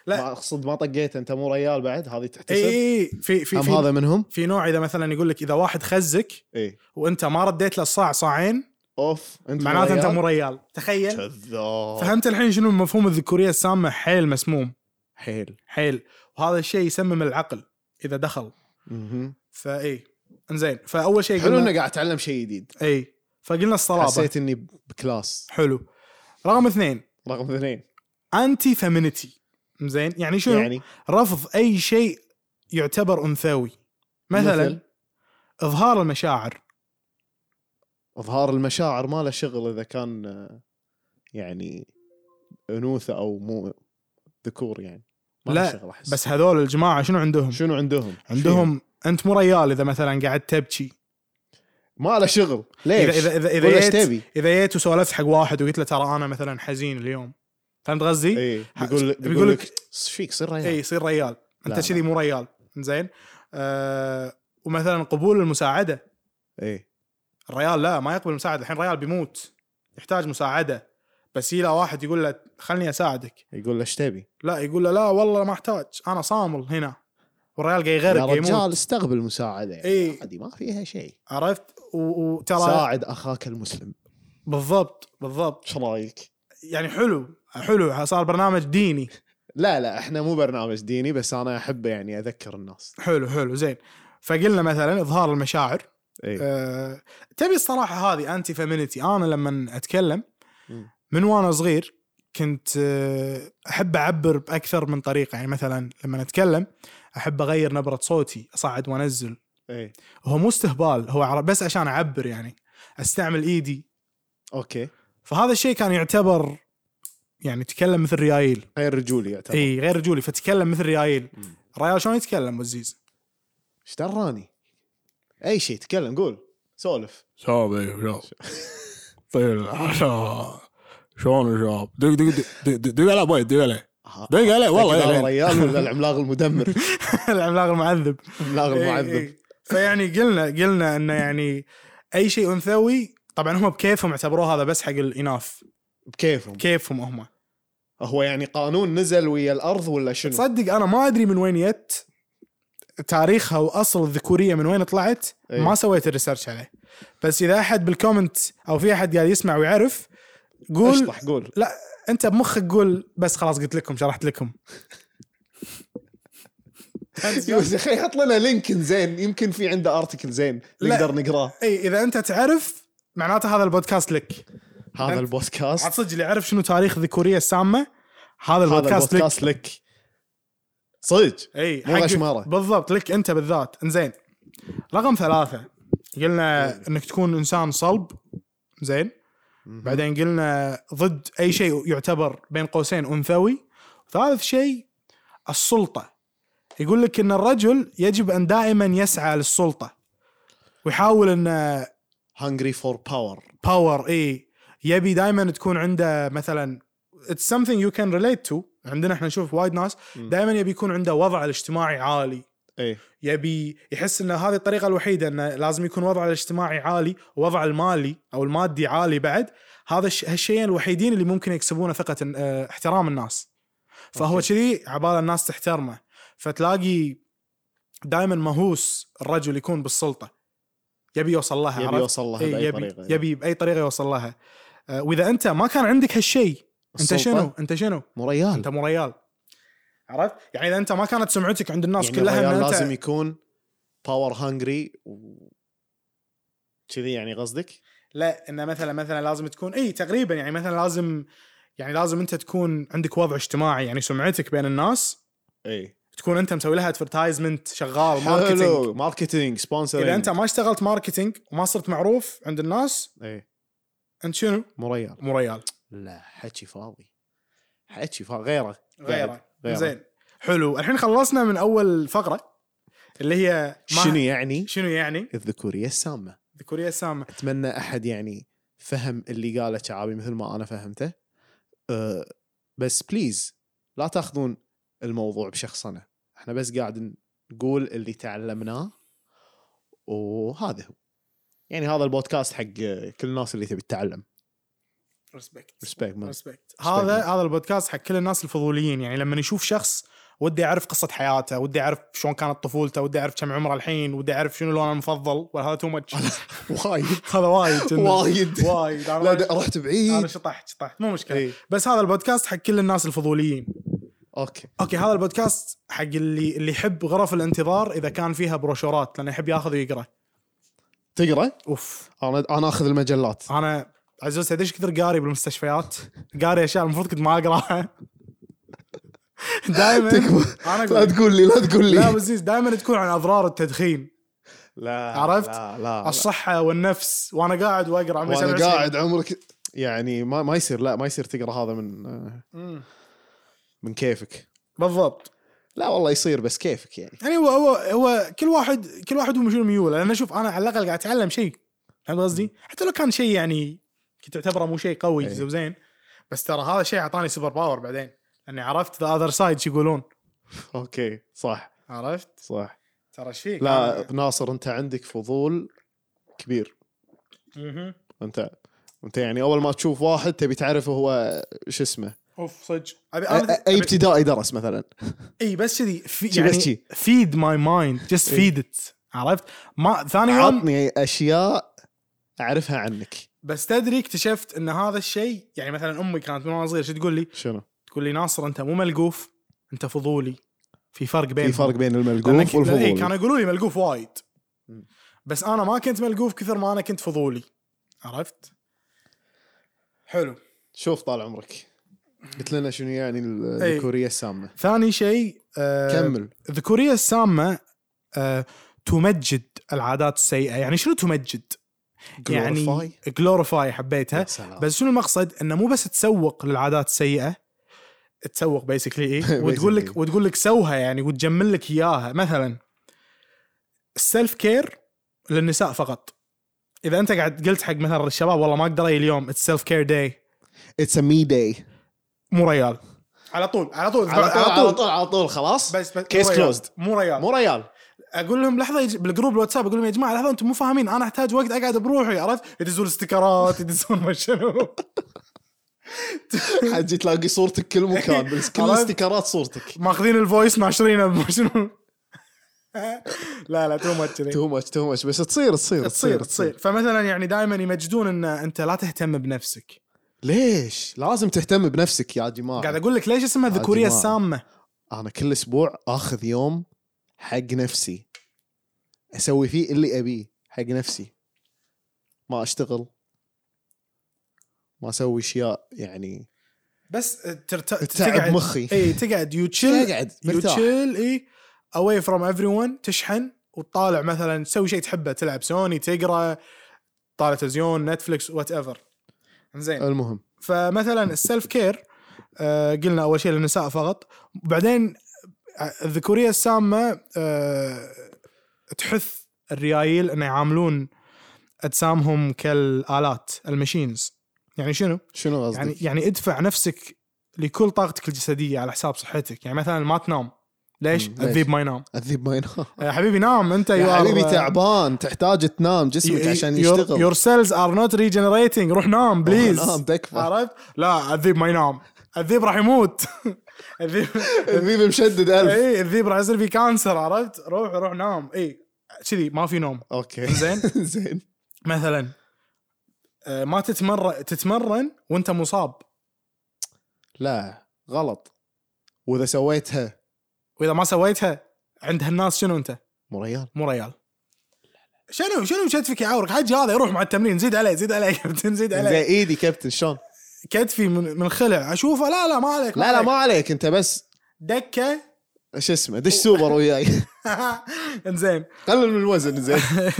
لا. لا اقصد ما طقيته انت مو ريال بعد هذه اي تحتسب اي إيه، في في ام في, هذا منهم؟ في نوع اذا مثلا يقول لك اذا واحد خزك اي وانت ما رديت له الصاع صاعين اوف انت معناته انت مو ريال؟ ريال تخيل كذاب فهمت الحين شنو مفهوم الذكوريه السامه حيل مسموم حيل حيل وهذا الشيء يسمم العقل اذا دخل مهم. فاي انزين فاول شيء حلو إيه، قلنا اني قاعد اتعلم شيء جديد اي فقلنا الصلابه حسيت اني بكلاس حلو رقم اثنين رقم اثنين انتي فيمينيتي زين يعني شنو يعني يعني رفض اي شيء يعتبر انثوي مثلا مثل؟ مثل اظهار المشاعر اظهار المشاعر ما له شغل اذا كان آه، يعني انوثه او مو ذكور يعني ما لا، له شغل احس بس هذول الجماعه شنو عندهم؟ شنو عندهم؟ فيهم؟ عندهم انت مو ريال اذا مثلا قاعد تبكي ما له شغل اذا ليش؟ اذا اذا قول ايش اذا جيت تبي؟ اذا جيت وسولفت حق واحد وقلت له ترى انا مثلا حزين اليوم فهمت قصدي؟ اي بيقول بيقول بيقول لك- لك ايش فيك صير اي ريال يصير ريال لا، انت لا. كذي مو ريال زين آه ومثلا قبول المساعده اي الريال لا ما يقبل المساعده الحين ريال بيموت يحتاج مساعده بس يلا واحد يقول له خلني اساعدك يقول له ايش تبي؟ لا يقول له لا والله ما احتاج انا صامل هنا والريال قاعد يا يغرق قاعد يموت رجال استقبل مساعده يعني إي. عادي ما فيها شيء عرفت و- وترى ساعد اخاك المسلم بالضبط بالضبط ايش رايك؟ يعني حلو حلو صار برنامج ديني لا لا احنا مو برنامج ديني بس انا احبه يعني اذكر الناس حلو حلو زين فقلنا مثلا اظهار المشاعر اي أه تبي الصراحه هذه انتي فيمينيتي انا لما اتكلم مم. من وانا صغير كنت أه، احب اعبر باكثر من طريقه يعني مثلا لما اتكلم احب اغير نبره صوتي اصعد وانزل اي هو مو استهبال هو عر- بس عشان اعبر يعني استعمل ايدي اوكي فهذا الشيء كان يعتبر يعني تكلم مثل ريايل غير رجولي يعتبر اي غير رجولي فتكلم مثل ريايل مم. ريال شلون يتكلم وزيز (laughs) ايش دراني؟ اي شيء تكلم قول سولف شاب طيب شلون شاب دق دق دق دق- دق على بيت دق عليه ها. دق عليه والله تأكد على يا لين. الريال ولا العملاق المدمر العملاق المعذب العملاق إيه المعذب إيه. فيعني قلنا قلنا انه يعني اي شيء انثوي طبعا هم بكيفهم اعتبروه هذا بس حق الاناث بكيفهم كيفهم هم هو يعني قانون نزل ويا الارض ولا شنو؟ تصدق انا ما ادري من وين يت تاريخها واصل الذكوريه من وين طلعت إيه. ما سويت الريسيرش عليه بس اذا احد بالكومنت او في احد قاعد يسمع ويعرف قول اشطح قول انت بمخك قول بس خلاص قلت لكم (laughs) شرحت لكم يوسف، خي حط لنا لينك زين يمكن في عنده ارتكل زين لا. نقدر نقراه اي اذا انت إيه، تعرف معناته هذا البودكاست لك هذا أنت- عاد البودكاست صدق اللي يعرف شنو تاريخ الذكوريه السامه هذا هذا البودكاست لك البودكاست لك صدق اي مو حق- غشمارة. بالضبط لك انت بالذات انزين رقم ثلاثه قلنا انك تكون انسان صلب زين بعدين قلنا ضد اي شيء يعتبر بين قوسين انثوي ثالث شيء السلطه يقول لك ان الرجل يجب ان دائما يسعى للسلطه ويحاول انه هنجري فور باور باور اي إيه. يبي دائما تكون عنده مثلا اتس something يو كان ريليت تو عندنا احنا نشوف وايد ناس مم. دائما يبي يكون عنده وضع الاجتماعي عالي اي يبي يحس ان هذه الطريقه الوحيده انه لازم يكون وضعه الاجتماعي عالي ووضعه المالي او المادي عالي بعد هذا الش- هالشيئين الوحيدين اللي ممكن يكسبونه ثقه ال- اه، احترام الناس فهو أوكي. كذي عبال الناس تحترمه فتلاقي دائما مهووس الرجل يكون بالسلطه يبي يوصل لها يبي عرفت؟ يوصل لها إيه، باي يبي طريقه يبي باي طريقه يوصل لها اه، واذا انت ما كان عندك هالشيء انت السلطة شنو انت شنو مو ريال انت مو ريال عرفت يعني اذا انت ما كانت سمعتك عند الناس يعني كلها الريال ان لازم انت يكون باور هانجري و كذي يعني قصدك؟ لا انه مثلا مثلا لازم تكون اي تقريبا يعني مثلا لازم يعني لازم انت تكون عندك وضع اجتماعي يعني سمعتك بين الناس اي تكون انت مسوي لها ادفرتايزمنت شغال ماركتينج حلو ماركتينج سبونسر اذا انت ما اشتغلت ماركتينج وما صرت معروف عند الناس اي انت شنو؟ مو ريال مو ريال لا حكي فاضي حكي فاضي غيره غيره غيره. زين حلو الحين خلصنا من اول فقره اللي هي ما- شنو يعني شنو يعني؟ الذكوريه السامه؟ ذكوريه السامه اتمنى احد يعني فهم اللي قاله شعابي مثل ما انا فهمته أه بس بليز لا تاخذون الموضوع بشخصنا احنا بس قاعد نقول اللي تعلمناه وهذا هو يعني هذا البودكاست حق آه، كل الناس اللي تبي تتعلم ريسبكت ريسبكت مان ريسبكت هذا Respect. هذا البودكاست حق كل الناس الفضوليين يعني لما يشوف شخص ودي اعرف قصه حياته ودي اعرف شلون كانت طفولته ودي اعرف كم عمره الحين ودي اعرف شنو لونه المفضل ولا هذا (laughs) تو ماتش وايد هذا وايد (laughs) جنة. وايد وايد أنا- لا د- رحت انا بعيد شطحت شطحت مو مشكله إيه. بس هذا البودكاست حق كل الناس الفضوليين اوكي اوكي هذا البودكاست حق اللي اللي يحب غرف الانتظار اذا كان فيها بروشورات لانه يحب ياخذ ويقرا تقرا اوف انا انا اخذ المجلات انا عزوز تدري ايش كثر قاري بالمستشفيات؟ قاري اشياء المفروض كنت ما اقراها (laughs) دائما تكبر. انا لا اقول تقول لي لا تقول لا (laughs) لي بزيز دائما تكون عن اضرار التدخين لا عرفت؟ لا لا الصحه والنفس وانا قاعد واقرا عمري وانا 27. قاعد عمرك يعني ما ما يصير لا ما يصير تقرا هذا من مم. من كيفك بالضبط لا والله يصير بس كيفك (laughs) يعني يعني هو هو هو كل واحد كل واحد ومشون ميوله انا اشوف انا على الاقل قاعد اتعلم شيء فهمت قصدي؟ حتى لو كان شيء يعني كنت اعتبره مو شيء قوي إيه. زين بس ترى هذا الشيء اعطاني سوبر باور بعدين لاني عرفت ذا اذر سايد شو يقولون اوكي صح عرفت؟ صح ترى ايش فيك؟ لا ناصر انت عندك فضول كبير مهم. انت انت يعني اول ما تشوف واحد تبي تعرفه هو شو اسمه اوف صدق ابي أ- أ- اي أبي- ابتدائي درس مثلا اي بس كذي في شي بس يعني شي. فيد ماي مايند جست إي. فيد ات عرفت؟ ما ثاني يوم عطني اشياء اعرفها عنك بس تدري اكتشفت ان هذا الشيء يعني مثلا امي كانت من وانا صغير شو تقول لي؟ شنو تقول لي ناصر انت مو ملقوف انت فضولي في فرق بين في فرق بين الملقوف اي والفضول إيه، كانوا يقولوا لي ملقوف وايد مم. بس انا ما كنت ملقوف كثر ما انا كنت فضولي عرفت؟ حلو شوف طال عمرك قلت لنا شنو يعني ال- إي. الكورية السامة ذاني شيء آه كمل ذكورية السامة آه تمجد العادات السيئة يعني شنو تمجد؟ يعني Glorify؟ جلوريفاي حبيتها يا سلام. بس شنو المقصد؟ انه مو بس تسوق للعادات السيئة تسوق بيسكلي (laughs) اي وتقول لك Basically. وتقول لك سوها يعني وتجمل لك اياها مثلا السلف كير للنساء فقط اذا انت قاعد قلت حق مثلا الشباب والله ما اقدر اي اليوم اتس سيلف كير داي اتس مي داي مو ريال على طول على طول على طول على طول على طول خلاص بس بس Case مو ريال. closed. مو ريال مو ريال (laughs) اقول لهم لحظه يج... بالجروب الواتساب اقول لهم يا جماعه لحظه انتم مو فاهمين انا احتاج وقت اقعد بروحي عرفت يدزون استكرات يدزون ما شنو حجي تلاقي صورتك كل مكان بس كل عرفت؟ استيكرات صورتك ماخذين الفويس ناشرينه ما شنو لا لا تو ماتش تو ماتش تو ماتش بس تصير تصير تصير تصير فمثلا يعني دائما يمجدون ان انت لا تهتم بنفسك ليش؟ لازم تهتم بنفسك يا جماعه قاعد اقول لك ليش اسمها عادي ذكوريه آه. ما- السامه انا كل اسبوع اخذ يوم حق نفسي اسوي فيه اللي ابيه حق نفسي ما اشتغل ما اسوي اشياء يعني بس ترت... تعب تقعد مخي اي تقعد يو تشيل اقعد يو مرتاح تشيل اي اواي فروم ايفري ون تشحن وتطالع مثلا تسوي شيء تحبه تلعب سوني تقرا تطالع تلفزيون نتفلكس وات ايفر زين المهم فمثلا السيلف كير آه قلنا اول شيء للنساء فقط وبعدين الذكوريه السامه آه تحث الريايل انه يعاملون اجسامهم كالالات الماشينز يعني شنو؟ شنو قصدك؟ يعني يعني يعني ادفع نفسك لكل طاقتك الجسديه على حساب صحتك يعني مثلا ما تنام ليش؟ مم، ليش؟ الذيب ما ينام اذيب ما ينام يا حبيبي نام انت يا حبيبي تعبان تحتاج تنام جسمك عشان يشتغل يور سيلز ار نوت ريجنريتنج روح نام بليز نام (laughs) تكفى عرفت؟ لا الذيب ما ينام الذيب راح (laughs) يموت الذيب الذيب مشدد ألف اي الذيب راح يصير فيه كانسر عرفت؟ روح روح نام اي كذي ما في نوم اوكي (laughs) زين (laughs) زين مثلا آه، ما تتمرن تتمرن وانت مصاب لا غلط واذا سويتها واذا ما سويتها عند هالناس شنو انت؟ مو ريال مو ريال شنو شنو شتفك يعورك حجي هذا يروح مع التمرين زيد عليه زيد عليه يا كابتن زيد زي عليه ايدي كابتن شلون كتفي من من خلع اشوفه لا لا ما عليك لا لا عليك. ما عليك انت بس (laughs) دكه شو اسمه دش سوبر وياي (laughs) انزين قلل من الوزن (laughs) زين إيه.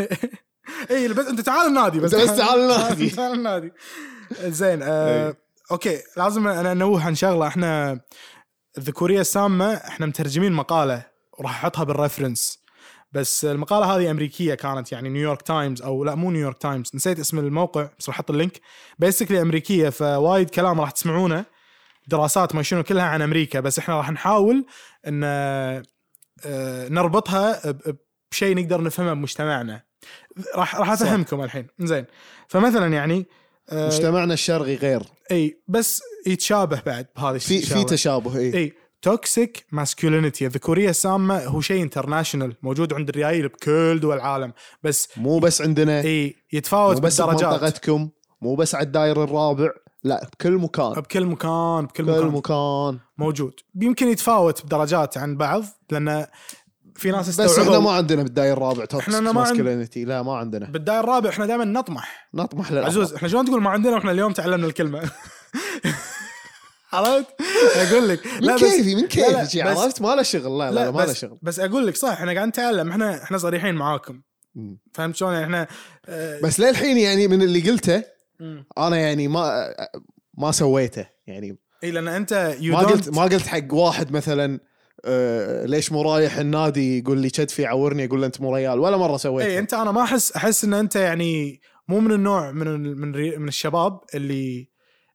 اي إيه، بس انت تعال النادي بس أنت بس تعال النادي. (laughs) تعال النادي زين آه إي. اوكي لازم انا انوه عن شغله احنا الذكوريه السامه احنا مترجمين مقاله وراح احطها بالرفرنس بس المقاله هذه امريكيه كانت يعني نيويورك تايمز او لا مو نيويورك تايمز نسيت اسم الموقع بس راح احط اللينك بيسكلي امريكيه فوايد كلام راح تسمعونه دراسات ما شنو كلها عن امريكا بس احنا راح نحاول ان آه، نربطها ب- بشيء نقدر نفهمه بمجتمعنا راح راح صح. افهمكم الحين زين فمثلا يعني آه، مجتمعنا الشرقي غير اي بس يتشابه بعد بهذا في الشيء في تشابه إيه. اي اي توكسيك ماسكولينيتي الذكوريه السامه هو شيء انترناشونال موجود عند الريايل بكل دول العالم بس مو بس عندنا اي مو يتفاوت بس بالدرجات بمنطقتكم مو بس على الداير الرابع لا بكل مكان بكل مكان بكل بكل مكان مكان موجود يمكن يتفاوت بدرجات عن بعض لان في ناس بس احنا استوعبوا ما عندنا بالداير الرابع توكسيك ما عند- ماسكلينيتي لا ما عندنا بالداير الرابع احنا دائما نطمح نطمح للأفضل. عزوز احنا شلون تقول ما عندنا واحنا اليوم تعلمنا الكلمه (laughs) عرفت؟ اقول لك من كيفي من كيفي شي، بس- عرفت ما له شغل لا لا, لا ما له بس- شغل بس اقول لك صح احنا قاعد نتعلم احنا احنا صريحين معاكم مم. فهمت شلون يعني احنا آه، بس للحين يعني من اللي قلته مم. انا يعني ما ما سويته يعني اي لان انت يو ما قلت دونت ما قلت حق واحد مثلا آه ليش مو رايح النادي يقول لي كتفي عورني اقول له انت مو ريال ولا مره سويت اي انت انا إيه، ما احس احس ان انت يعني مو من النوع من ال- من الري- من الشباب اللي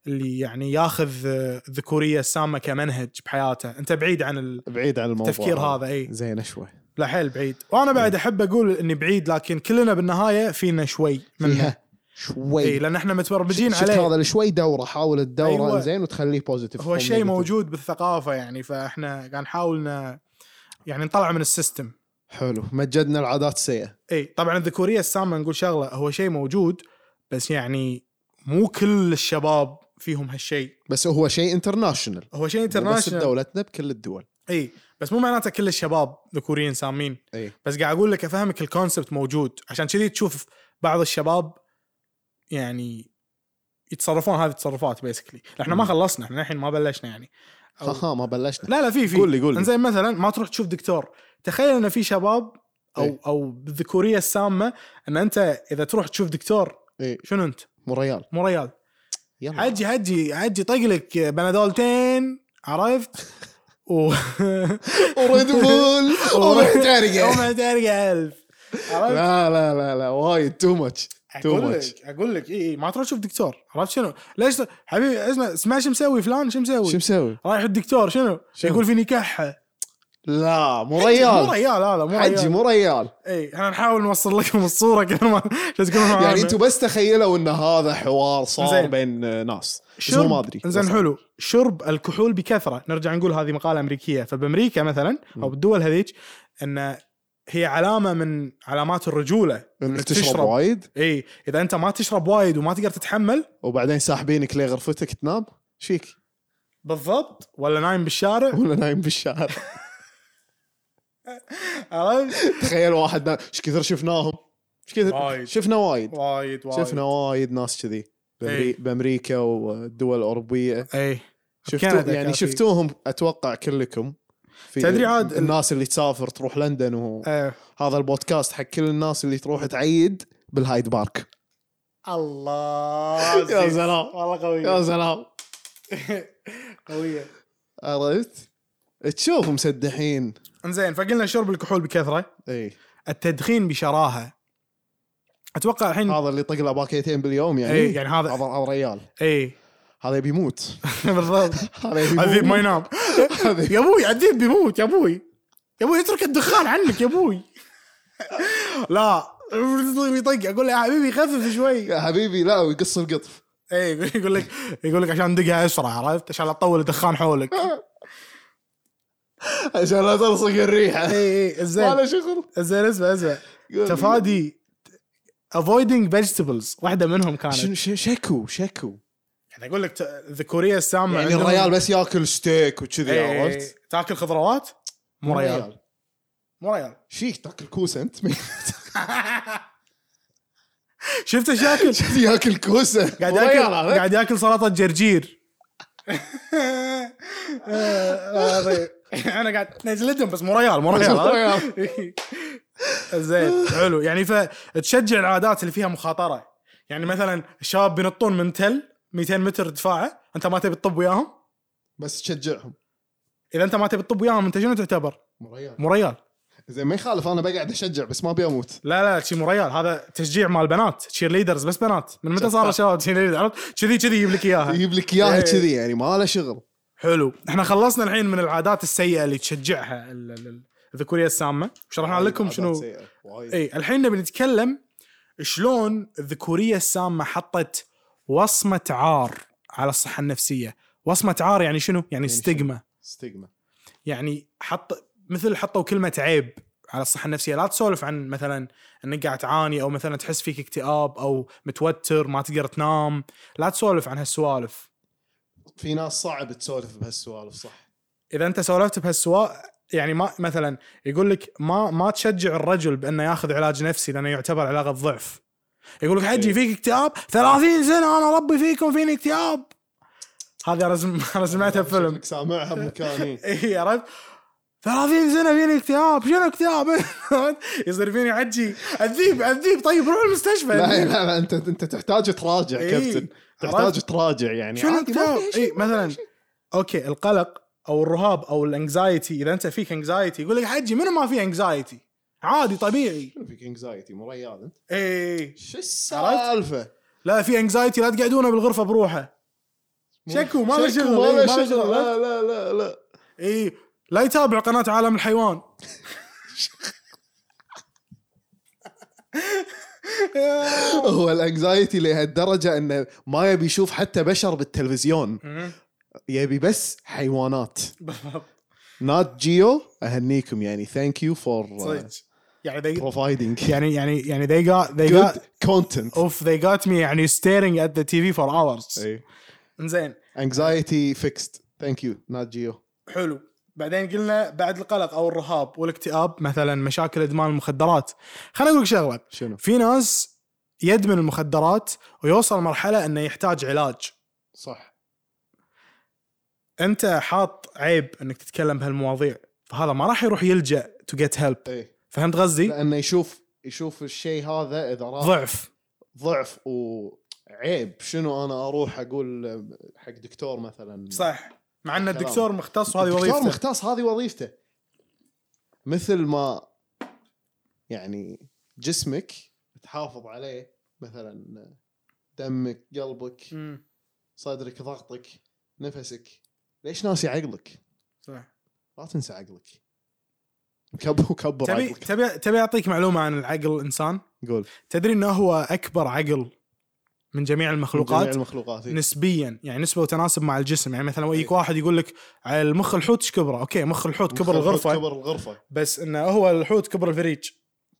اللي يعني ياخذ آه، الذكوريه السامه كمنهج بحياته انت بعيد عن بعيد عن الموضوع التفكير هذا اي زين شوي لا حيل بعيد وانا بعد احب اقول اني بعيد لكن كلنا بالنهايه فينا شوي منه فيها شوي اي لان احنا متبرمجين شفت عليه هذا شوي دوره حاول الدوره أيوة. أيوة. زين وتخليه بوزيتيف هو الشيء موجود بالثقافه يعني فاحنا قاعد نحاول ن- يعني نطلع من السيستم حلو مجدنا العادات السيئه اي طبعا الذكوريه السامه نقول شغله هو شيء موجود بس يعني مو كل الشباب فيهم هالشيء بس هو شيء انترناشونال هو شيء بس انترناشونال بدولتنا بكل الدول اي بس مو معناته كل الشباب ذكوريين سامين اي بس قاعد اقول لك افهمك الكونسبت موجود عشان كذي تشوف بعض الشباب يعني يتصرفون هذه التصرفات بيسكلي احنا ما مم. خلصنا احنا الحين ما بلشنا يعني أو- ها ها ما بلشنا لا لا في في قول لي- قول لي. زي مثلا ما تروح تشوف دكتور تخيل ان في شباب او إيه. او بالذكوريه السامه ان انت اذا تروح تشوف دكتور إيه. شنو انت مو ريال مو ريال يلا عجي عجي عجي طق لك بنادولتين عرفت (laughs) و وريد (laughs) بول (laughs) وريد تاريخ. وما تارجع الف عرفت لا لا لا لا وايد تو ماتش تو اقول ماتش لك اقول لك اي إي، ما تروح تشوف دكتور عرفت شنو ليش ت- حبيبي اسمع اسمع شو مسوي فلان شو مسوي شو مسوي؟ رايح الدكتور شنو شنو؟ يقول فيني كحه لا مو مو ريال ريال لا لا مو حجي ريال مو ريال اي احنا نحاول نوصل لكم الصوره كذا ما شو تقولون يعني معانا. انتم بس تخيلوا ان هذا حوار صار نعم. زين. بين آه، ناس بس هو شرب ما ادري زين حلو شرب الكحول بكثره نرجع نقول هذه مقاله امريكيه فبامريكا مثلا او مم. بالدول هذيك ان هي علامه من علامات الرجوله انك تشرب تشرب. وايد اي اذا انت ما تشرب وايد وما تقدر تتحمل وبعدين ساحبينك لغرفتك تنام شيك بالضبط ولا نايم بالشارع (laughs) ولا نايم بالشارع عرفت تخيل واحد نا- ايش كثر شفناهم ايش كثر وايد. شفنا وايد وايد وايد إيه. شفنا وايد ناس كذي بأمري- إي. بامريكا والدول الاوروبيه اي شفتوا كندا يعني كان في. شفتوهم اتوقع كلكم في تدري عاد ال- الناس اللي تسافر تروح لندن وهذا آه. البودكاست حق كل الناس اللي تروح تعيد بالهايد بارك الله يا سلام والله يا قويه سلام قويه عرفت تشوف مسدحين انزين فقلنا شرب الكحول بكثره اي التدخين بشراهه اتوقع الحين هذا اللي طق له باكيتين باليوم يعني اي يعني هذا هذا هذا ريال اي هذا يبي يموت (laughs) بالضبط هذا يبي عذيب ما يموت ينام هذا يا ابوي عذيب بيموت يا ابوي يا ابوي اترك الدخان عنك يا ابوي (laughs) لا يطق اقول له يا حبيبي خفف شوي يا حبيبي لا ويقص القطف اي يقول لك يقول لك عشان ندقها اسرع عرفت عشان لا تطول الدخان حولك عشان لا تلصق الريحه اي اي ما له إيه، زين شغل زين اسمع اسمع تفادي avoiding vegetables واحده منهم كانت شنو شنو- شكو شكو يعني اقول لك ت- الذكوريه السامه يعني عندهم- الريال بس ياكل ستيك وكذي إي، إي، عرفت إي. تاكل خضروات مو إيه، ريال مو ريال شيك تاكل كوسه (laughs) انت (laughs) شفت شاكل شذي ياكل كوسه قاعد مو ياكل ريال هذا. قاعد ياكل سلطه جرجير انا آه، قاعد نجلدهم بس مو ريال مو مو ريال ريال. (laughs) زين حلو يعني فتشجع العادات اللي فيها مخاطره يعني مثلا شاب بينطون من تل 200 متر دفاعه انت ما تبي تطب وياهم بس تشجعهم اذا انت ما تبي تطب وياهم انت شنو تعتبر؟ مو ريال مو ريال زين ما يخالف انا بقعد اشجع بس ما ابي اموت لا لا شي مو ريال هذا تشجيع مال بنات تشير ليدرز بس بنات من متى صار الشباب تشير ليدرز عرفت كذي كذي يجيب لك اياها يجيب لك اياها إي. كذي يعني ما له شغل حلو احنا خلصنا الحين من العادات السيئه اللي تشجعها ال- ال- ال- الذكوريه السامه شرحنا لكم شنو إيه. اي اي الحين نبي نتكلم شلون الذكوريه السامه حطت وصمه عار على الصحه النفسيه وصمه عار يعني شنو يعني شنو؟ ستيغما ستيغما يعني حط مثل حطوا كلمه عيب على الصحه النفسيه لا تسولف عن مثلا انك قاعد تعاني او مثلا تحس فيك اكتئاب او متوتر ما تقدر تنام لا تسولف عن هالسوالف في ناس صعب تسولف بهالسوالف صح اذا انت سولفت بهالسواء يعني ما مثلا يقول لك ما ما تشجع الرجل بانه ياخذ علاج نفسي لانه يعتبر علاقه ضعف يقول لك حجي إيه. فيك اكتئاب 30 سنه انا ربي فيكم فيني اكتياب هذا (laughs) رسم انا سمعتها بفيلم شكلك سامعها (laughs) بمكاني اي إيه، عرفت 30 سنه فيني اكتئاب شنو اكتئاب (laughs) يصير فيني عجي اذيب اذيب طيب روح المستشفى لا أذيب. لا لا انت انت تحتاج تراجع إيه. كابتن تحتاج عرفت؟ تراجع يعني شنو إيه. عادي ما في اكتئاب شيء، اي ما في مثلا شيء. اوكي القلق او الرهاب او الانكزايتي اذا انت فيك انكزايتي يقول لك حجي منو ما فيه انكزايتي عادي طبيعي شنو فيك انكزايتي مو ريال انت اي شو السالفه؟ لا في انكزايتي لا تقعدونه بالغرفه بروحه شكو ما له شغل إيه، ما له شغل لا لا لا لا اي لا يتابع قناه (laughs) عالم الحيوان (laughs) هو الانكزايتي لهالدرجه انه ما يبي يشوف حتى بشر بالتلفزيون يبي بس حيوانات بالضبط نات جيو اهنيكم يعني ثانك يو فور صدق يعني they, بروفايدنج (laughs) يعني يعني يعني they got they جود got كونتنت اوف they got me يعني staring at the TV for hours إيه. انزين انكزايتي فيكست ثانك يو نات جيو حلو بعدين قلنا بعد القلق او الرهاب والاكتئاب مثلا مشاكل ادمان المخدرات خليني اقول لك شغله شنو؟ في ناس يدمن المخدرات ويوصل مرحله انه يحتاج علاج صح انت حاط عيب انك تتكلم بهالمواضيع فهذا ما راح يروح يلجا تو جيت هيلب اي فهمت قصدي لانه إيه. يشوف يشوف الشيء هذا اذا راح ضعف ضعف وعيب شنو انا اروح اقول حق دكتور مثلا صح مع ان كلام. الدكتور مختص وهذه دكتور وظيفته مختص هذه وظيفته مثل ما يعني جسمك تحافظ عليه مثلا دمك قلبك مم، صدرك ضغطك نفسك ليش ناسي عقلك صح لا تنسى عقلك كبر كبر تبي عقلك تبي تبي اعطيك معلومه عن العقل الانسان قول تدري انه هو اكبر عقل من جميع جميع المخلوقات المخلوقات إيه. نسبيا يعني نسبه وتناسب مع الجسم يعني مثلا يجيك واحد يقول لك على المخ الحوت ايش كبره اوكي مخ الحوت كبر الغرفه كبر الغرفه بس انه هو الحوت كبر الفريج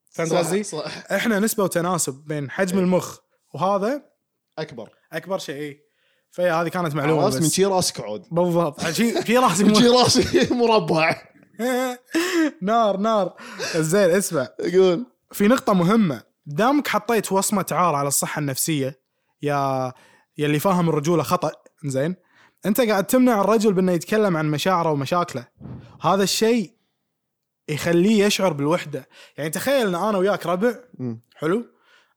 فهمت صح، قصدي؟ صح احنا نسبه وتناسب بين حجم إيه. المخ وهذا اكبر اكبر شيء إيه. فهي هذه كانت معلومه راس من بس شي راسك (laughs) عود بالضبط شي شي راسي من شي مو- راسي مربع (laughs) (laughs) نار نار زين اسمع قول في نقطة مهمة دامك حطيت وصمة عار على الصحة النفسية يا يا اللي فاهم الرجولة خطأ زين انت قاعد تمنع الرجل بانه يتكلم عن مشاعره ومشاكله هذا الشيء يخليه يشعر بالوحدة يعني تخيل ان انا وياك ربع مم. حلو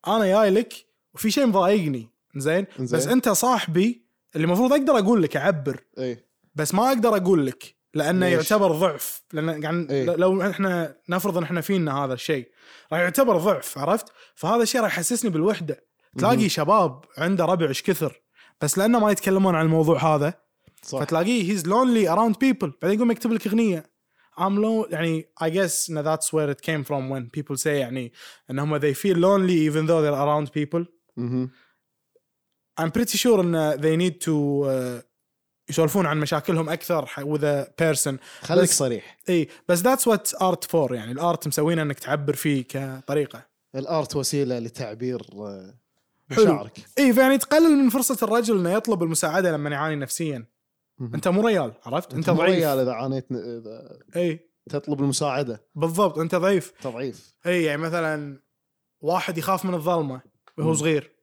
انا جاي لك وفي شيء مضايقني زين إنزين. بس انت صاحبي اللي المفروض اقدر اقول لك اعبر اي بس ما اقدر اقول لك لانه ليش؟ يعتبر ضعف لان قاعد إيه. لو احنا نفرض ان احنا فينا هذا الشيء راح يعتبر ضعف عرفت؟ فهذا الشيء راح يحسسني بالوحده تلاقي مهم. شباب عنده ربع ايش كثر بس لانه ما يتكلمون عن الموضوع هذا صح فتلاقيه هيز لونلي اراوند بيبل بعدين يقوم يكتب لك اغنيه I'm lone يعني I guess إن that's where it came from when people say يعني انهم they feel lonely even though they're around people مهم. I'm pretty sure ان they need to uh, يسولفون عن مشاكلهم اكثر ح- with a person خليك بس- صريح اي بس ذاتس وات ارت فور يعني الارت مسوينه انك تعبر فيه كطريقه الارت وسيله لتعبير آه، حلو. مشاعرك اي فيعني يعني تقلل من فرصه الرجل انه يطلب المساعده لما يعاني نفسيا مهم. انت مو ريال عرفت انت مو ضعيف ريال اذا عانيت اذا اي تطلب المساعده بالضبط انت ضعيف تضعيف اي يعني مثلا واحد يخاف من الظلمه وهو مم. صغير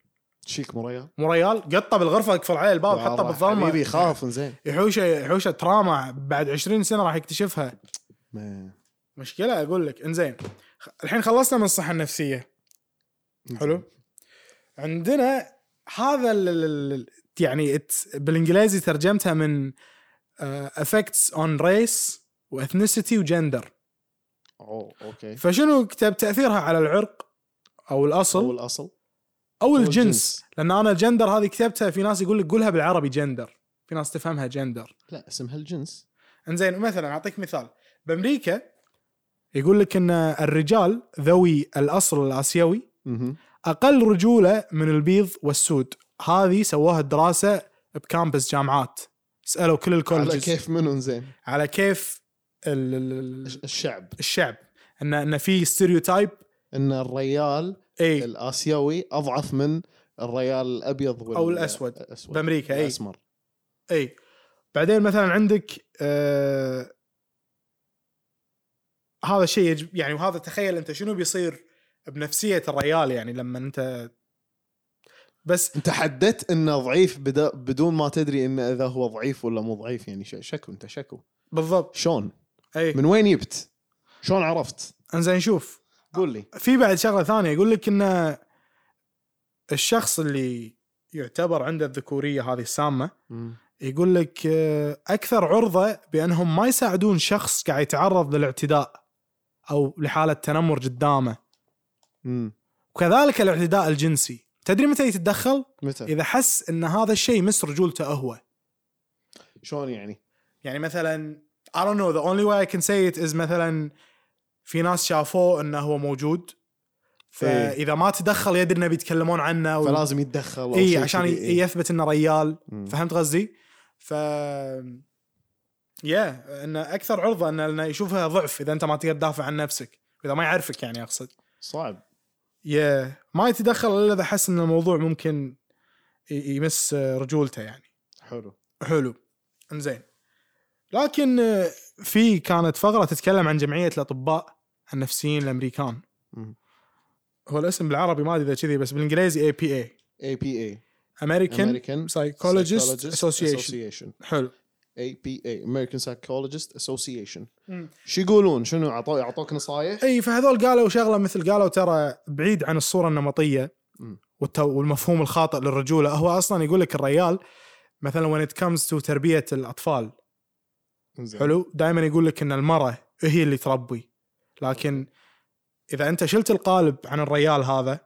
شيك مو ريال مو ريال قطه بالغرفه اقفل عليه الباب حطه والله بالظلمه حبيبي خاف زين يحوشه يحوشه تراما بعد 20 سنه راح يكتشفها مشكله اقول لك انزين خ- الحين خلصنا من الصحه النفسيه حلو عندنا هذا ال ال ال يعني it بالانجليزي ترجمتها من آه، effects on race واثنيسيتي وجندر اوه اوكي فشنو كتب تاثيرها على العرق او هو الاصل الاصل او هو الجنس لان انا الجندر هذه كتبتها في ناس يقول لك قولها بالعربي جندر في ناس تفهمها جندر لا اسمها الجنس انزين مثلا اعطيك مثال بامريكا يقول لك ان الرجال ذوي الاصل الاسيوي مهم. اقل رجوله من البيض والسود هذه سواها الدراسه بكامبس جامعات سالوا كل على الكولجز كيف منو زين على كيف ال- ال- ال- الشعب الشعب ان ان في ستيريوتايب ان الريال اي الاسيوي اضعف من الريال الابيض وال... أو الأسود. إيه. الاسود بامريكا اي الاسمر اي بعدين مثلا عندك آه هذا الشيء يجب- يعني وهذا تخيل انت شنو بيصير بنفسيه الريال يعني لما انت بس انت حددت انه ضعيف بدا... بدون ما تدري انه اذا هو ضعيف ولا مو ضعيف يعني ش... شكو انت شكو بالضبط شلون اي من وين جبت؟ شلون عرفت؟ انزين شوف قول لي في بعد شغله ثانيه يقول لك ان الشخص اللي يعتبر عنده الذكوريه هذه السامه يقول لك آه، اكثر عرضه بانهم ما يساعدون شخص قاعد يتعرض للاعتداء او لحاله تنمر قدامه امم وكذلك الاعتداء الجنسي تدري متى يتدخل متى؟ اذا حس ان هذا الشيء مس رجولته هو شلون يعني؟ يعني مثلا I don't know the only way I can say it is مثلا في ناس شافوه انه هو موجود فاذا ما تدخل يدري انه بيتكلمون عنه و... فلازم يتدخل أو اي شيء عشان كذي، ي- إيه. يثبت انه ريال مم. فهمت قصدي؟ ف يا ان اكثر عرضه ان انه يشوفها ضعف اذا انت ما تقدر تدافع عن نفسك اذا ما يعرفك يعني اقصد صعب يا ما يتدخل الا اذا حس ان الموضوع ممكن ي- يمس رجولته يعني حلو حلو انزين لكن آه، في كانت فقره تتكلم عن جمعيه الاطباء النفسيين الامريكان مم. هو الاسم بالعربي ما ادري اذا كذي بس بالانجليزي اي بي اي اي بي اي امريكان American سايكولوجيست اسوسيشن حلو اي بي اي امريكان سايكولوجيست اسوسيشن مم. شو يقولون؟ شنو عطوك عطوك نصايح؟ اي فهذول قالوا شغله مثل قالوا ترى بعيد عن الصوره النمطيه مم. والت- والمفهوم الخاطئ للرجوله هو اصلا يقول لك الريال مثلا وين كمز تو تربيه الاطفال إنزين. حلو دائما يقول لك ان المراه هي اللي تربي لكن اذا انت شلت القالب عن الريال هذا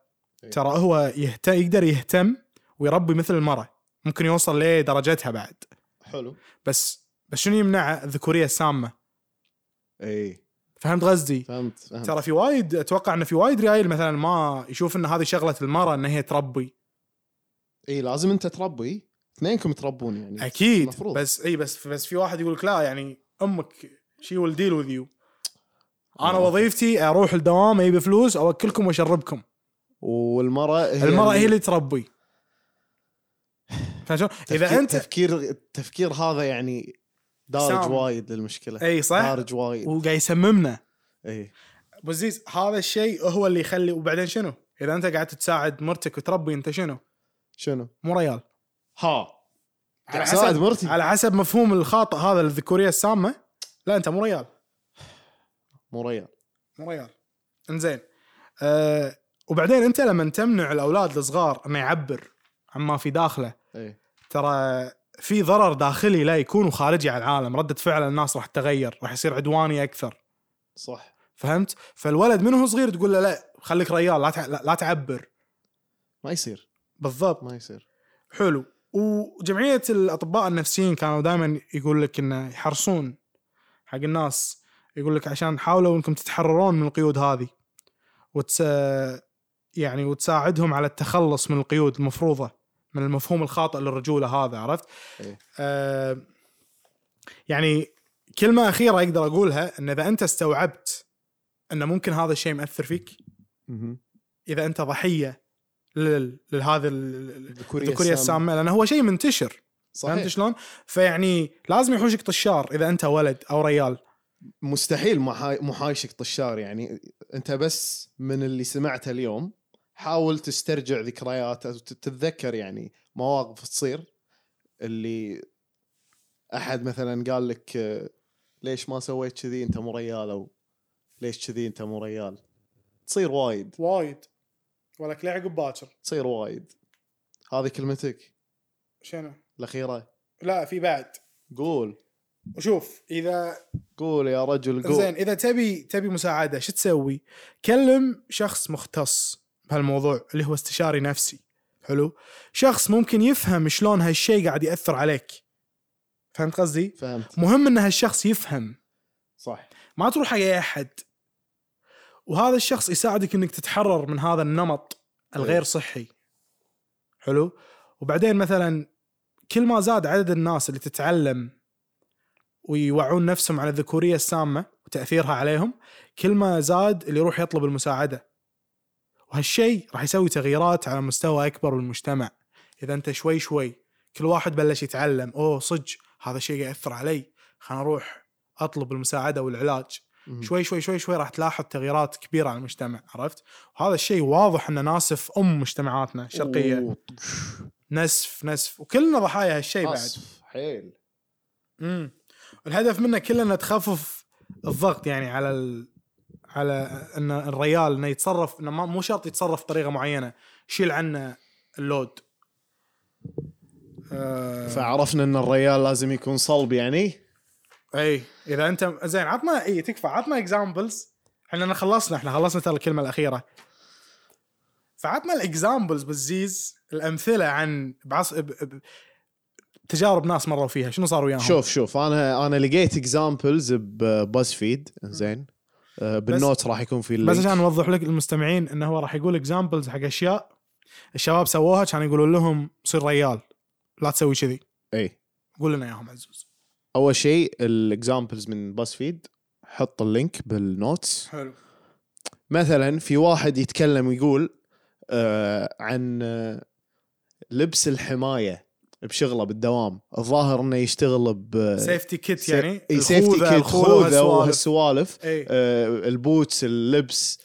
إي. ترى هو يهت... يقدر يهتم ويربي مثل المراه ممكن يوصل لدرجتها بعد حلو بس بس شنو يمنعه الذكوريه السامه اي فهمت قصدي؟ فهمت فهمت ترى في وايد اتوقع انه في وايد ريايل مثلا ما يشوف ان هذه شغله المراه ان هي تربي اي لازم انت تربي اثنينكم تربون يعني اكيد مفروض. بس اي بس بس في واحد يقول لك لا يعني امك شي ويل ديل وذ يو انا آه. وظيفتي اروح الدوام اجيب فلوس اوكلكم واشربكم والمراه هي يعني المراه هي اللي تربي فشو تفكير- اذا انت تفكير التفكير هذا يعني دارج سام. وايد للمشكله اي صح دارج وايد إيه. وقاعد يسممنا اي ابو عزيز هذا الشيء هو اللي يخلي وبعدين شنو؟ اذا انت قاعد تساعد مرتك وتربي انت شنو؟ شنو؟ مو ريال ها على ساعد حسب مرتي على حسب مفهوم الخاطئ هذا للذكوريه السامه لا انت مو ريال مو ريال مو ريال انزين أه وبعدين انت لما تمنع الاولاد الصغار انه يعبر عما في داخله اي ترى في ضرر داخلي لا يكون وخارجي على العالم رده فعل الناس راح تتغير راح يصير عدواني اكثر صح فهمت فالولد من هو صغير تقول له لا خليك ريال لا تع- لا لا تعبر ما يصير بالضبط ما يصير حلو وجمعية الأطباء النفسيين كانوا دائما يقول لك إنه يحرصون حق الناس يقول لك عشان حاولوا إنكم تتحررون من القيود هذه وتس يعني وتساعدهم على التخلص من القيود المفروضة من المفهوم الخاطئ للرجولة هذا عرفت؟ إيه. آه يعني كلمة أخيرة أقدر أقولها إن إذا أنت استوعبت إن ممكن هذا الشيء مأثر فيك مهم. إذا أنت ضحية لل- لهذا ال- الذكوريه الذكوريه السامه لانه هو شيء منتشر فهمت صحيح شلون؟ فيعني لازم يحوشك طشار اذا انت ولد او ريال مستحيل مو حاي- مو حايشك طشار يعني انت بس من اللي سمعته اليوم حاول تسترجع ذكرياته وتتذكر يعني مواقف تصير اللي احد مثلا قال لك آه، ليش ما سويت كذي انت مو ريال او ليش كذي انت مو ريال تصير وايد وايد ولك لعقب باكر تصير وايد هذه كلمتك شنو؟ الاخيره لا في بعد قول وشوف اذا قول يا رجل قول زين اذا تبي تبي مساعده شو تسوي؟ كلم شخص مختص بهالموضوع اللي هو استشاري نفسي حلو؟ شخص ممكن يفهم شلون هالشيء قاعد ياثر عليك فهمت قصدي؟ فهمت مهم ان هالشخص يفهم صح ما تروح حق اي احد وهذا الشخص يساعدك انك تتحرر من هذا النمط الغير صحي حلو وبعدين مثلا كل ما زاد عدد الناس اللي تتعلم ويوعون نفسهم على الذكوريه السامه وتاثيرها عليهم كل ما زاد اللي يروح يطلب المساعده وهالشيء راح يسوي تغييرات على مستوى اكبر بالمجتمع اذا انت شوي شوي كل واحد بلش يتعلم اوه صج هذا الشيء ياثر علي خلنا اروح اطلب المساعده والعلاج مهم. شوي شوي شوي شوي راح تلاحظ تغييرات كبيره على المجتمع عرفت؟ وهذا الشيء واضح انه ناسف ام مجتمعاتنا الشرقيه أوه. نسف نسف وكلنا ضحايا هالشيء إيه، بعد عصف. حيل امم الهدف منه كله انه تخفف الضغط يعني على ال... على ان الريال انه يتصرف انه ما- مو شرط يتصرف بطريقه معينه شيل عنه اللود آه فعرفنا ان الريال لازم يكون صلب يعني اي اذا انت إيه، زين عطنا اي تكفى عطنا اكزامبلز احنا خلصنا احنا خلصنا ترى الكلمه الاخيره فعطنا الاكزامبلز بالزيز الامثله عن بعص... ب... ب... تجارب ناس مروا فيها شنو صار وياهم شوف شوف انا انا لقيت اكزامبلز بباز فيد زين آه، بالنوت راح يكون في بس اللينك عشان نوضح لك المستمعين انه هو راح يقول اكزامبلز حق اشياء الشباب سووها كانوا يقولون لهم صير ريال لا تسوي كذي اي قول لنا اياهم عزوز اول إيه. شيء الاكزامبلز من باز فيد حط اللينك بالنوتس حلو مثلا في واحد يتكلم ويقول آه عن آه، لبس الحمايه بشغله بالدوام الظاهر انه يشتغل ب سيفتي كيت يعني سيفتي كيت خوذه وهالسوالف اي آه البوتس اللبس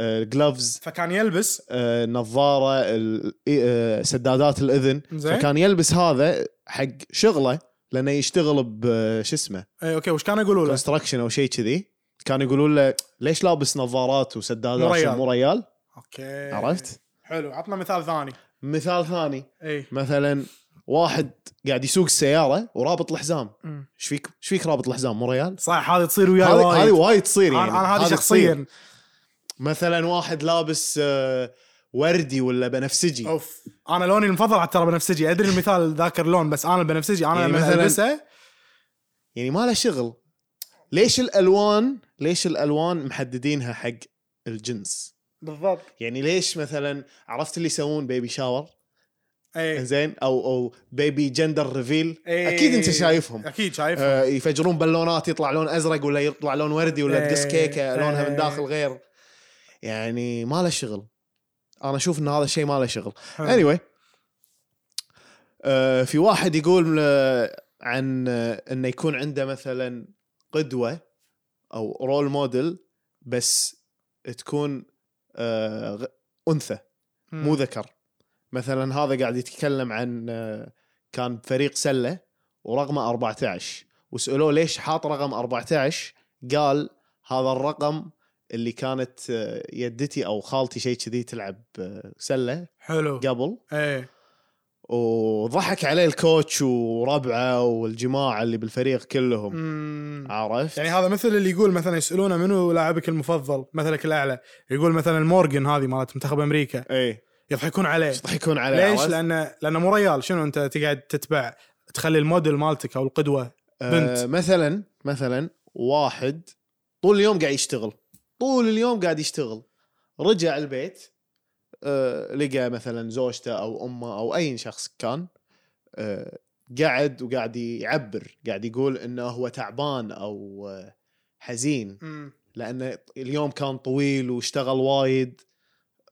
الجلفز فكان يلبس آه نظاره ال- آه سدادات الاذن زين فكان يلبس هذا حق شغله لانه يشتغل ب آه، شو اسمه اي اوكي إيه، وش كانوا يقولوا له؟ كونستراكشن او شيء كذي كانوا يقولون له ليش لابس نظارات وسدادات مو عشان ريال. إيه. مو ريال اوكي عرفت؟ حلو عطنا مثال ثاني مثال ثاني اي مثلا واحد قاعد يسوق السياره ورابط الحزام مم. ايش فيك ايش فيك رابط الحزام مو ريال صح هذه تصير وياي هذه هذه وايد وايد تصير انا يعني أنا هذه تصير. شخصيا مثلا واحد لابس آه، وردي ولا بنفسجي اوف انا لوني المفضل على ترى بنفسجي ادري المثال ذاك اللون بس انا البنفسجي انا يعني لما مثلاً- البسه يعني ما له شغل ليش الالوان ليش الالوان محددينها حق الجنس بالضبط يعني ليش مثلا عرفت اللي يسوون بيبي شاور اي زين او او بيبي جندر ريفيل إيه. اكيد انت شايفهم اكيد شايف آه، يفجرون بالونات يطلع لون ازرق ولا يطلع لون وردي ولا إيه. تقص كيكه لونها من إيه. داخل غير يعني ما له شغل انا اشوف ان هذا الشيء ما له شغل حلو. anyway آه، في واحد يقول آه، عن آه، انه يكون عنده مثلا قدوه او رول موديل بس تكون آه، غ- انثى مم. مو ذكر مثلا هذا قاعد يتكلم عن آه، كان فريق سله ورقمه 14 وسالوه ليش حاط رقم 14 قال هذا الرقم اللي كانت آه، يدتي او خالتي شيء كذي تلعب آه، سله حلو قبل اي وضحك عليه الكوتش وربعه والجماعه اللي بالفريق كلهم مم. عرفت يعني هذا مثل اللي يقول مثلا يسالونه منو لاعبك المفضل مثلك الاعلى يقول مثلا مورجن هذه مالت منتخب امريكا اي يضحكون عليه إيه. يضحكون عليه إيه. ليش؟ عرفت؟ لانه لانه مو ريال شنو انت تقعد تتبع تخلي الموديل مالتك او القدوه بنت. آه مثلا مثلا واحد طول اليوم قاعد يشتغل طول اليوم قاعد يشتغل رجع البيت آه لقى مثلا زوجته او امه او اي شخص كان آه قاعد وقاعد يعبر قاعد يقول انه هو تعبان او آه حزين لانه اليوم كان طويل واشتغل وايد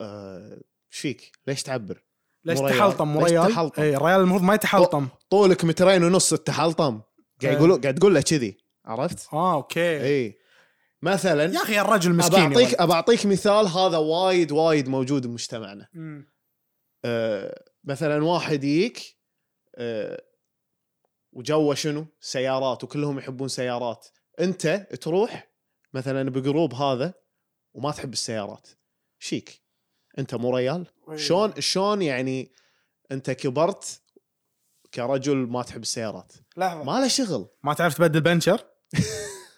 آه ايش فيك؟ ليش تعبر؟ ليش مو ريال. تحلطم مو ليش ريال؟ تحلطم؟ اي الريال المفروض ما يتحلطم طولك مترين ونص التحلطم قاعد يقول قاعد تقول له كذي عرفت؟ اه اوكي اي مثلا يا اخي الرجل مسكين يا بعطيك ولد. بعطيك مثال هذا وايد وايد موجود بمجتمعنا مم. أه مثلا واحد يجيك أه وجوه شنو سيارات وكلهم يحبون سيارات انت تروح مثلا بجروب هذا وما تحب السيارات شيك انت مو ريال إيه. شلون شلون يعني انت كبرت كرجل ما تحب السيارات لحظه ما له شغل ما تعرف تبدل (laughs) بنشر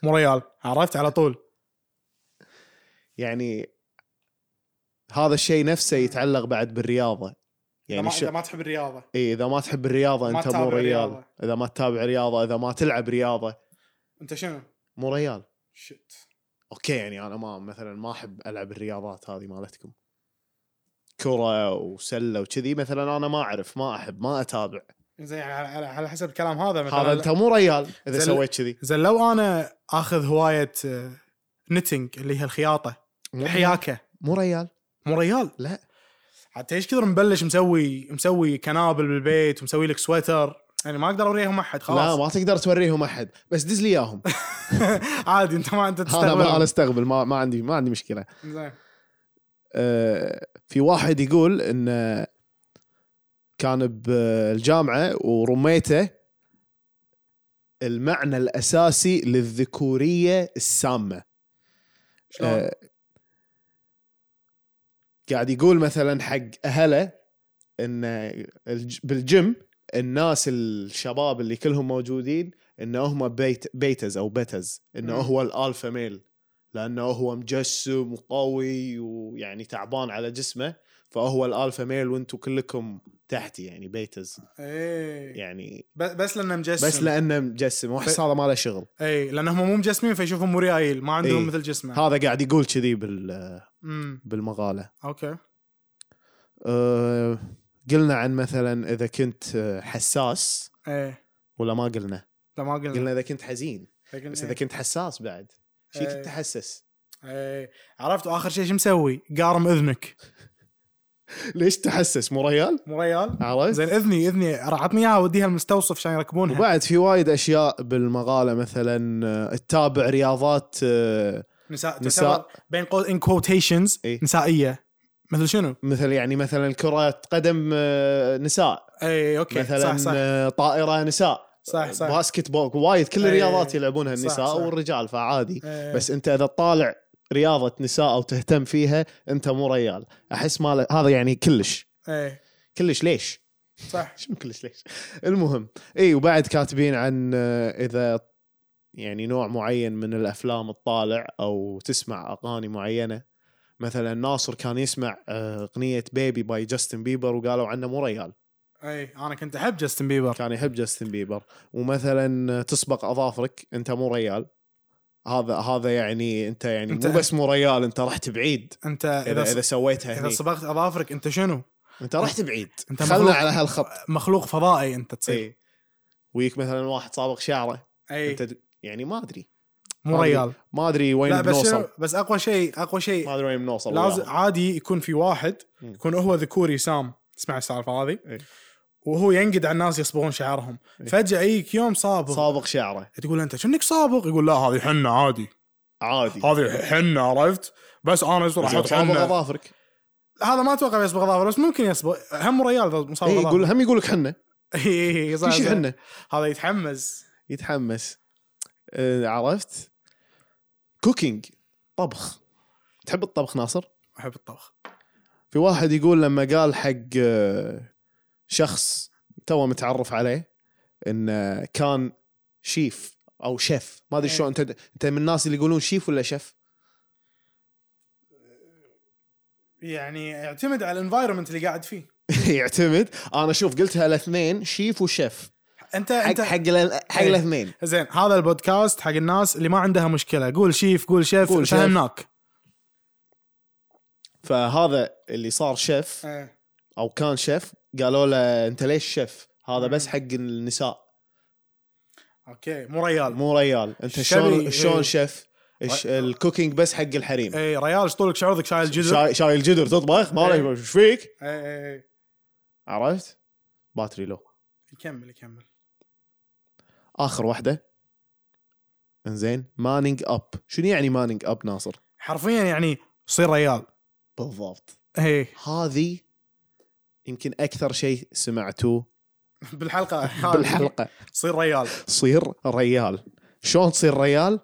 مو ريال عرفت على طول يعني هذا الشيء نفسه يتعلق بعد بالرياضه يعني شو- ما تحب الرياضه اي اذا ما تحب الرياضه ما انت تتابع مو ريال رياضة. اذا ما تتابع رياضه اذا ما تلعب رياضه انت شنو؟ مو ريال شت اوكي يعني انا ما مثلا ما احب العب الرياضات هذه مالتكم كره وسله وكذي مثلا انا ما اعرف ما احب ما اتابع زين يعني على- على, على حسب الكلام هذا هذا انت مو ريال اذا زل- سويت كذي زين لو انا اخذ هوايه نتنج آه، اللي هي الخياطه مو- الحياكه مو ريال مو ريال لا. حتى ايش كثر مبلش مسوي مسوي كنابل بالبيت ومسوي لك سويتر يعني ما اقدر اوريهم احد لا خلاص ما تقدر توريهم احد بس دز لي (laughs) اياهم عادي انت ما انت انا ما انا تستغرب استقبل ما, ما عندي ما عندي مشكله زين آه، في واحد يقول انه كان بالجامعه ورميته المعنى الاساسي للذكوريه السامه شلون؟ آه، قاعد يقول مثلا حق اهله ان الج- بالجيم الناس الشباب اللي كلهم موجودين انه هم بيت بيتز او بتز انه مم. هو الالفا ميل لانه هو مجسم وقوي ويعني تعبان على جسمه فهو الالفا ميل وانتم كلكم تحتي يعني بيتز ايه يعني ب- بس لانه مجسم بس لانه مجسم وحصاله ما له شغل اي لان هم مو مجسمين فيشوفهم مو ريايل ما عندهم إيه. مثل جسمه هذا قاعد يقول كذي بال- امم بالمقاله اوكي أه، قلنا عن مثلا اذا كنت أه، حساس ايه ولا ما قلنا؟ لا ما قلنا قلنا اذا كنت حزين لكن بس إيه. اذا كنت حساس بعد شي إيه. كنت تحسس ايه عرفت واخر شيء شو مسوي؟ قارم اذنك ليش تحسس مو ريال؟ مو ريال؟ عرفت؟ زين اذني اذني راح عطني اياها وديها المستوصف عشان يركبونها وبعد في وايد اشياء بالمقاله مثلا أه، تتابع رياضات أه، نساء نساء. نساء بين قول ان كوتيشنز إيه. نسائيه مثل شنو؟ مثل يعني مثلا كره قدم أه، نساء اي اوكي مثلا إيه، صح صح أه، طائره نساء صح صح باسكت بول وايد كل إيه. الرياضات يلعبونها صح، النساء صح. والرجال فعادي إيه. بس انت اذا تطالع رياضه نساء او تهتم فيها انت مو ريال احس ما له- هذا يعني كلش ايه كلش ليش صح (laughs) شنو كلش ليش المهم اي وبعد كاتبين عن آه، اذا يعني نوع معين من الافلام تطالع او تسمع اغاني معينه مثلا ناصر كان يسمع آه، اغنيه بيبي باي جاستن بيبر وقالوا عنه مو ريال اي انا إيه. كنت احب جاستن بيبر كان يحب جاستن بيبر ومثلا آه، تسبق اظافرك انت مو ريال هذا هذا يعني انت يعني أنت- مو بس مو ريال انت رحت بعيد انت اذا اذا اذا, اذا سويتها إذا هني صبغت اظافرك انت شنو؟ انت رحت بعيد أنت خلنا مخلوق. على هالخط مخلوق فضائي انت تصير اي ويك مثلا واحد صابغ شعره اي انت د- يعني ما ادري مو ريال ما ادري وين لا بس بنوصل شنو- بس اقوى شيء اقوى شيء ما ادري وين بنوصل لازم وياهم. عادي يكون في واحد مم. يكون هو ذكوري سام اسمع السالفه هذه إيه. وهو ينقد على الناس يصبغون شعرهم إيه. فجاه يجيك يوم صابغ صابغ شعره تقول له انت شنك صابغ يقول يقول لا هذه حنه عادي عادي هذه حنه عرفت بس انا راح راح احط صابغ حنه اظافرك هذا ما اتوقع بيصبغ اظافر بس ممكن يصبغ هم ريال اذا صابغ اي أظافر. إيه، يقول هم يقول لك حنه (laughs) إيه، صح، في شيء صح. حنه هذا يتحمس يتحمس آه، عرفت كوكينج طبخ تحب الطبخ ناصر احب الطبخ في واحد يقول لما قال حق آه، شخص تو متعرف عليه انه كان شيف او شيف ما ادري إيه. شلون انت انت من الناس اللي يقولون شيف ولا شيف يعني يعتمد على الانفايرمنت اللي قاعد فيه (laughs) يعتمد انا شوف قلتها الاثنين شيف وشيف انت حق انت حق ال- حق إيه. الاثنين زين هذا البودكاست حق الناس اللي ما عندها مشكله قول شيف قول شيف قول قول شيف. فهمناك فهذا اللي صار شيف إيه. او كان شيف قالوا له انت ليش شيف هذا بس حق النساء اوكي مو ريال مو ريال انت شبي- شلون إيه. شلون شيف الش- الكوكينج بس حق الحريم اي إيه، ريال ايش طولك شعورك شايل جزر شاي- شايل جدر تطبخ ما إيه. ايش فيك إي، اي اي عرفت؟ باتري لو يكمل يكمل اخر واحده انزين مانينج اب شنو يعني مانينج اب ناصر؟ حرفيا يعني صير ريال إيه. بالضبط اي (laughs) هذه يمكن اكثر شيء سمعتوه (laughs) بالحلقه هذه. بالحلقه صير ريال صير ريال شلون تصير ريال؟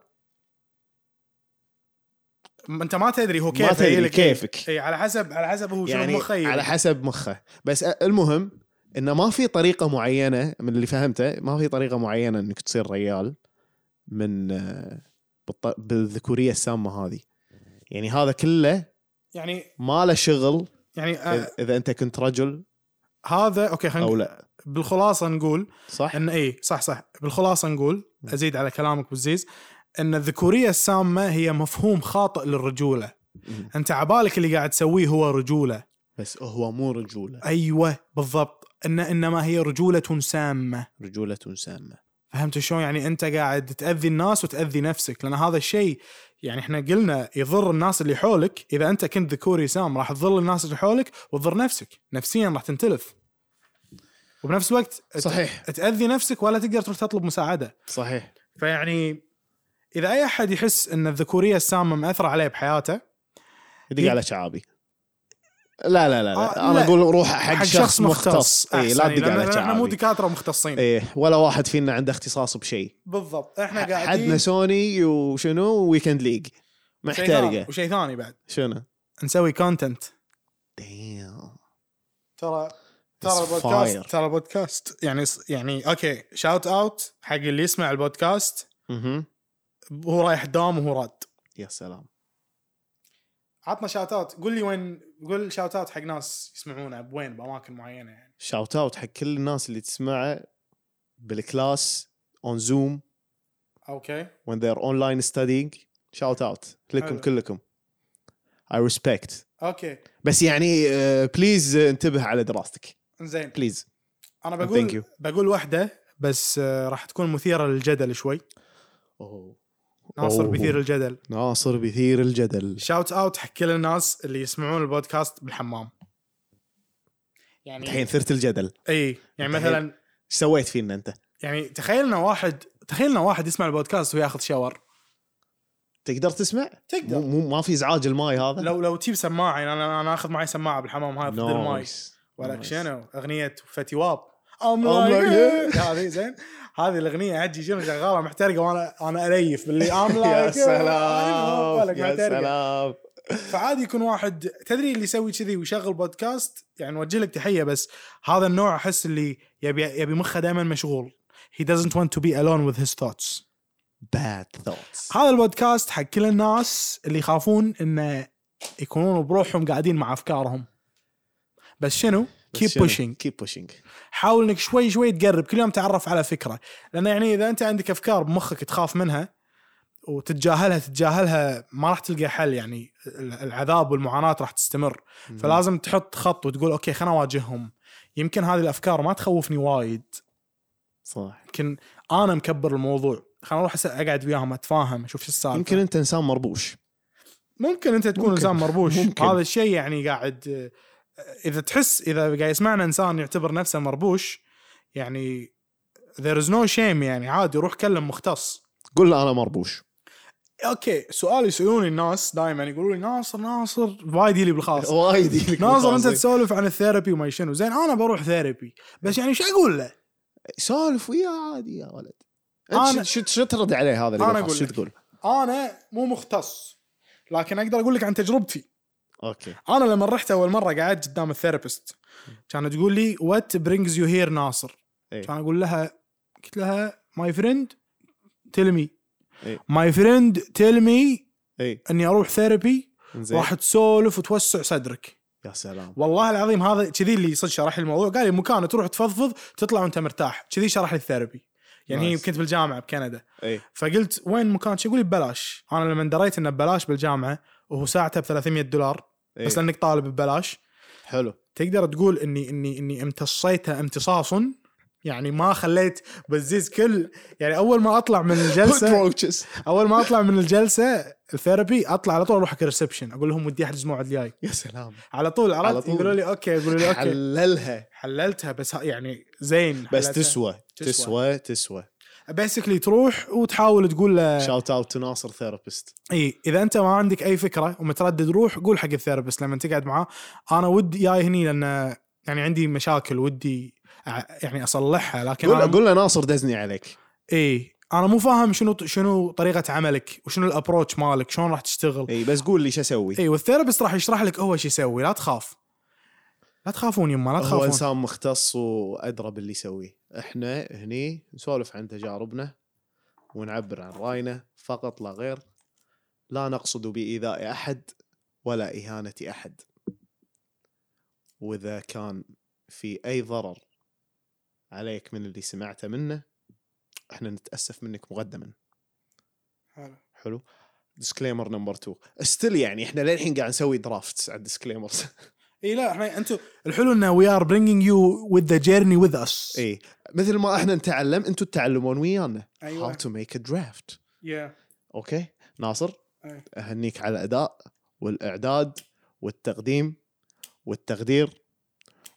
ما انت ما تدري هو كيف ما إي، تدري لك- كيفك اي على حسب على حسب هو شنو يعني مخيل على حسب مخه بس أ- المهم انه ما في طريقه معينه من اللي فهمته ما في طريقه معينه انك تصير ريال من آه، بالط- بالذكوريه السامه هذه يعني هذا كله يعني ما له شغل يعني آه إذ- اذا انت كنت رجل هذا اوكي او خلينا لا بالخلاصه نقول صح؟ ان اي إيه، صح صح بالخلاصه نقول ازيد على كلامك بالزيز ان الذكوريه السامه هي مفهوم خاطئ للرجوله مم. انت عبالك اللي قاعد تسويه هو رجوله بس هو مو رجوله ايوه بالضبط ان انما هي رجوله سامه رجوله سامه فهمت شلون يعني انت قاعد تاذي الناس وتاذي نفسك لان هذا الشيء يعني احنا قلنا يضر الناس اللي حولك اذا انت كنت ذكوري سام راح تضر الناس اللي حولك وتضر نفسك نفسيا راح تنتلف وبنفس الوقت ت- صحيح تاذي نفسك ولا تقدر تروح تطلب مساعده صحيح فيعني اذا اي احد يحس ان الذكوريه السامه مأثره عليه بحياته يدق على شعابي لا لا لا, لا. آه، انا لا. اقول روح حق, شخص مختص, اي لا أحسن، تدق لأن- على لأن احنا مو شعابي دكاتره مختصين ايه ولا واحد فينا عنده اختصاص بشيء بالضبط احنا حدنا قاعدين سوني وشنو ويكند ليج شيء ثاني- محترقه وشيء ثاني بعد شنو نسوي كونتنت دايم ترى ترى It's البودكاست fire. ترى البودكاست يعني يعني اوكي شاوت اوت حق اللي يسمع البودكاست مهم. هو رايح الدوام وهو راد يا سلام عطنا شاوت اوت قول لي وين قول شاوت اوت حق ناس يسمعونا بوين باماكن معينه يعني شاوت اوت حق كل الناس اللي تسمعه بالكلاس اون زوم اوكي when they're online studying shout out لكم حلو. كلكم I respect اوكي بس يعني بليز انتبه على دراستك زين بليز انا Thank you. بقول بقول واحده بس آه، راح تكون مثيره للجدل شوي ناصر أوه. بيثير الجدل ناصر بيثير الجدل شاوت اوت حق كل الناس اللي يسمعون البودكاست بالحمام يعني الحين ثرت الجدل ايش اي يعني الحين. مثلا سويت فينا انت يعني تخيلنا واحد تخيلنا واحد يسمع البودكاست وياخذ (laughs) شاور تقدر تسمع مو, تقدر مو ما في ازعاج الماي هذا لو لو تجيب سماعه يعني انا انا اخذ معي سماعه بالحمام هاي فضل الماي Nice. ولك Nice. شنو اغنيه فتي واب ام Oh my لايك هذه زين هذه الاغنيه عجي شنو شغاله محترقه وانا انا (laughs) اليف باللي ام يا لايك سلام يا سلام فعادي يكون واحد تدري اللي يسوي كذي ويشغل بودكاست يعني نوجه لك تحيه بس هذا النوع احس اللي يبي يبي مخه دائما مشغول he doesn't want to be alone with his thoughts bad thoughts هذا البودكاست حق كل الناس اللي يخافون انه يكونون بروحهم قاعدين مع افكارهم بس شنو؟ بس شنو؟ keep pushing keep pushing حاول انك شوي شوي تقرب كل يوم تعرف على فكره لان يعني اذا انت عندك افكار بمخك تخاف منها وتتجاهلها تتجاهلها ما راح تلقى حل يعني ال- العذاب والمعاناه راح تستمر فلازم تحط خط وتقول اوكي خلنا اواجههم يمكن هذه الافكار ما تخوفني وايد صح يمكن انا مكبر الموضوع خلنا اروح أس- اقعد وياهم اتفاهم اشوف شو السالفه يمكن انت انسان مربوش ممكن انت تكون ممكن. انسان مربوش ممكن. هذا الشيء يعني قاعد آه، اذا تحس اذا قاعد يسمعنا انسان يعتبر نفسه مربوش يعني there is no shame يعني عادي روح كلم مختص قول له انا مربوش اوكي سؤال يسالوني الناس دائما يقولوا لي ناصر ناصر وايد يلي بالخاص وايد يجيلك (laughs) ناصر انت بالخاص. تسولف عن الثيرابي وما شنو زين انا بروح ثيرابي بس يعني شو اقول له؟ سولف وياه عادي يا ولد أنا- انت شو شو ترد عليه هذا اللي أنا بالخاص؟ أقول شو لك. تقول؟ انا مو مختص لكن اقدر اقول لك عن تجربتي اوكي انا لما رحت اول مره قعدت قدام الثيرابيست كانت تقول لي وات برينجز يو هير ناصر إيه. كان اقول لها قلت لها ماي فريند تيل مي إيه. ماي فريند تيل مي اي اني اروح ثيرابي زين راح تسولف وتوسع صدرك يا سلام والله العظيم هذا كذي اللي صدق شرح لي الموضوع قال لي مكان تروح تفضفض تطلع وانت مرتاح كذي شرح لي الثيرابي يعني Nice. كنت بالجامعه بكندا اي فقلت وين مكان يقول لي ببلاش انا لما دريت انه ببلاش بالجامعه وهو ساعته ب 300 دولار إيه. بس لانك طالب ببلاش حلو تقدر تقول اني اني اني امتصيتها امتصاص يعني ما خليت بزيز كل يعني اول ما اطلع من (laughs) الجلسه روتشز اول ما اطلع من الجلسه الثيرابي اطلع على طول اروح حق الريسبشن اقول لهم ودي احجز موعد جاي يا سلام على طول على عرفت طول. يقولوا لي اوكي يقولوا لي اوكي حللها حللتها بس ه- يعني زين بس تسوى تسوى تسوى بيسكلي تروح وتحاول تقول له شاوت اوت تو ناصر ثيرابيست اي اذا انت ما عندك اي فكره ومتردد روح قول حق الثيرابيست لما تقعد معاه انا ودي جاي هني لان يعني عندي مشاكل ودي أع- يعني اصلحها لكن قول انا قول له ناصر دزني عليك اي انا مو فاهم شنو شنو طريقه عملك وشنو الابروتش مالك شلون راح تشتغل اي بس قول لي شو اسوي اي والثيرابيست راح يشرح لك هو شو يسوي لا تخاف لا تخافون يما لا هو تخافون انسان مختص وادرى باللي يسويه احنا هني نسولف عن تجاربنا ونعبر عن راينا فقط لا غير لا نقصد بايذاء احد ولا اهانه احد واذا كان في اي ضرر عليك من اللي سمعته منه احنا نتاسف منك مقدما حلو ديسكليمر نمبر 2 ستيل يعني احنا للحين قاعد نسوي درافتس على الديسكليمرز اي لا احنا انتم الحلو انه وي ار برينجينج يو وذ ذا جيرني وذ اس اي إيه. مثل ما احنا نتعلم انتم تتعلمون ويانا أيوة. how to make a draft يا اوكي ناصر أي. اهنيك على الاداء والاعداد والتقديم والتقدير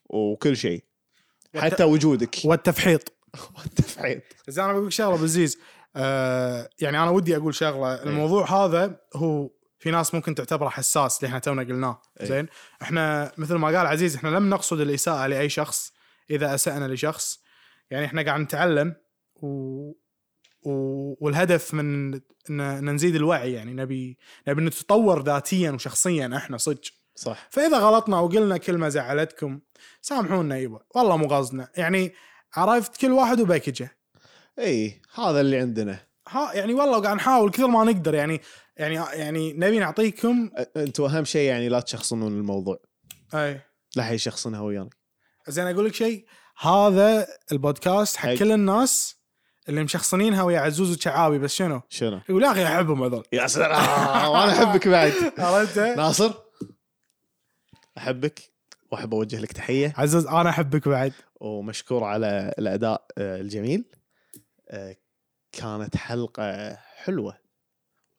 وكل شيء والت- حتى وجودك (laughs) والتفحيط والتفعيل زين انا بقول لك شغله بزيز آه يعني انا ودي اقول شغله الموضوع هذا هو في ناس ممكن تعتبره حساس اللي احنا تونا قلناه إيه. زين احنا مثل ما قال عزيز احنا لم نقصد الاساءه لاي شخص اذا اسانا لشخص يعني احنا قاعد نتعلم و... و... والهدف من ان إن نزيد الوعي يعني نبي نبي نتطور ذاتيا وشخصيا احنا صدق صح فاذا غلطنا وقلنا كلمه زعلتكم سامحونا يبا والله مو قصدنا يعني عرفت كل واحد وباكجه اي إيه. هذا اللي عندنا ها يعني والله قاعد نحاول كثر ما نقدر يعني يعني يعني نبي نعطيكم أ- انتوا اهم شيء يعني لا تشخصنون الموضوع اي لا حد يشخصنها ويانا زين اقول لك شيء هذا البودكاست حق حق. كل الناس اللي مشخصنينها ويا عزوز وشعابي بس شنو؟ شنو يقول يا اخي احبهم هذول يا سلام وانا احبك بعد عرفت؟ ناصر احبك واحب اوجه لك تحيه عزوز انا احبك بعد ومشكور على الاداء آه، الجميل آه، كانت حلقه حلوه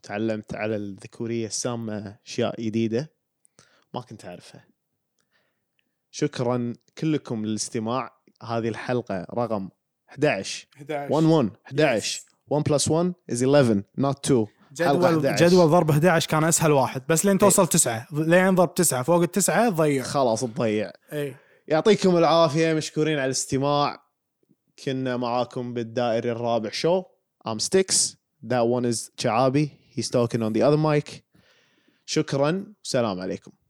تعلمت على الذكوريه السامه اشياء جديده ما كنت اعرفها شكرا كلكم للاستماع هذه الحلقه رقم 11 11 11 11 1 بلس 1 is 11 not 2 حلقة جدول 11. جدول ضرب 11 كان اسهل واحد بس لين توصل تسعه لين ضرب تسعه فوق التسعه تضيع إيه. خلاص تضيع اي يعطيكم العافيه مشكورين على الاستماع كنا معاكم بالدائري الرابع شو I'm Sticks that one is Chaabi he's talking on the other mic شكرا سلام عليكم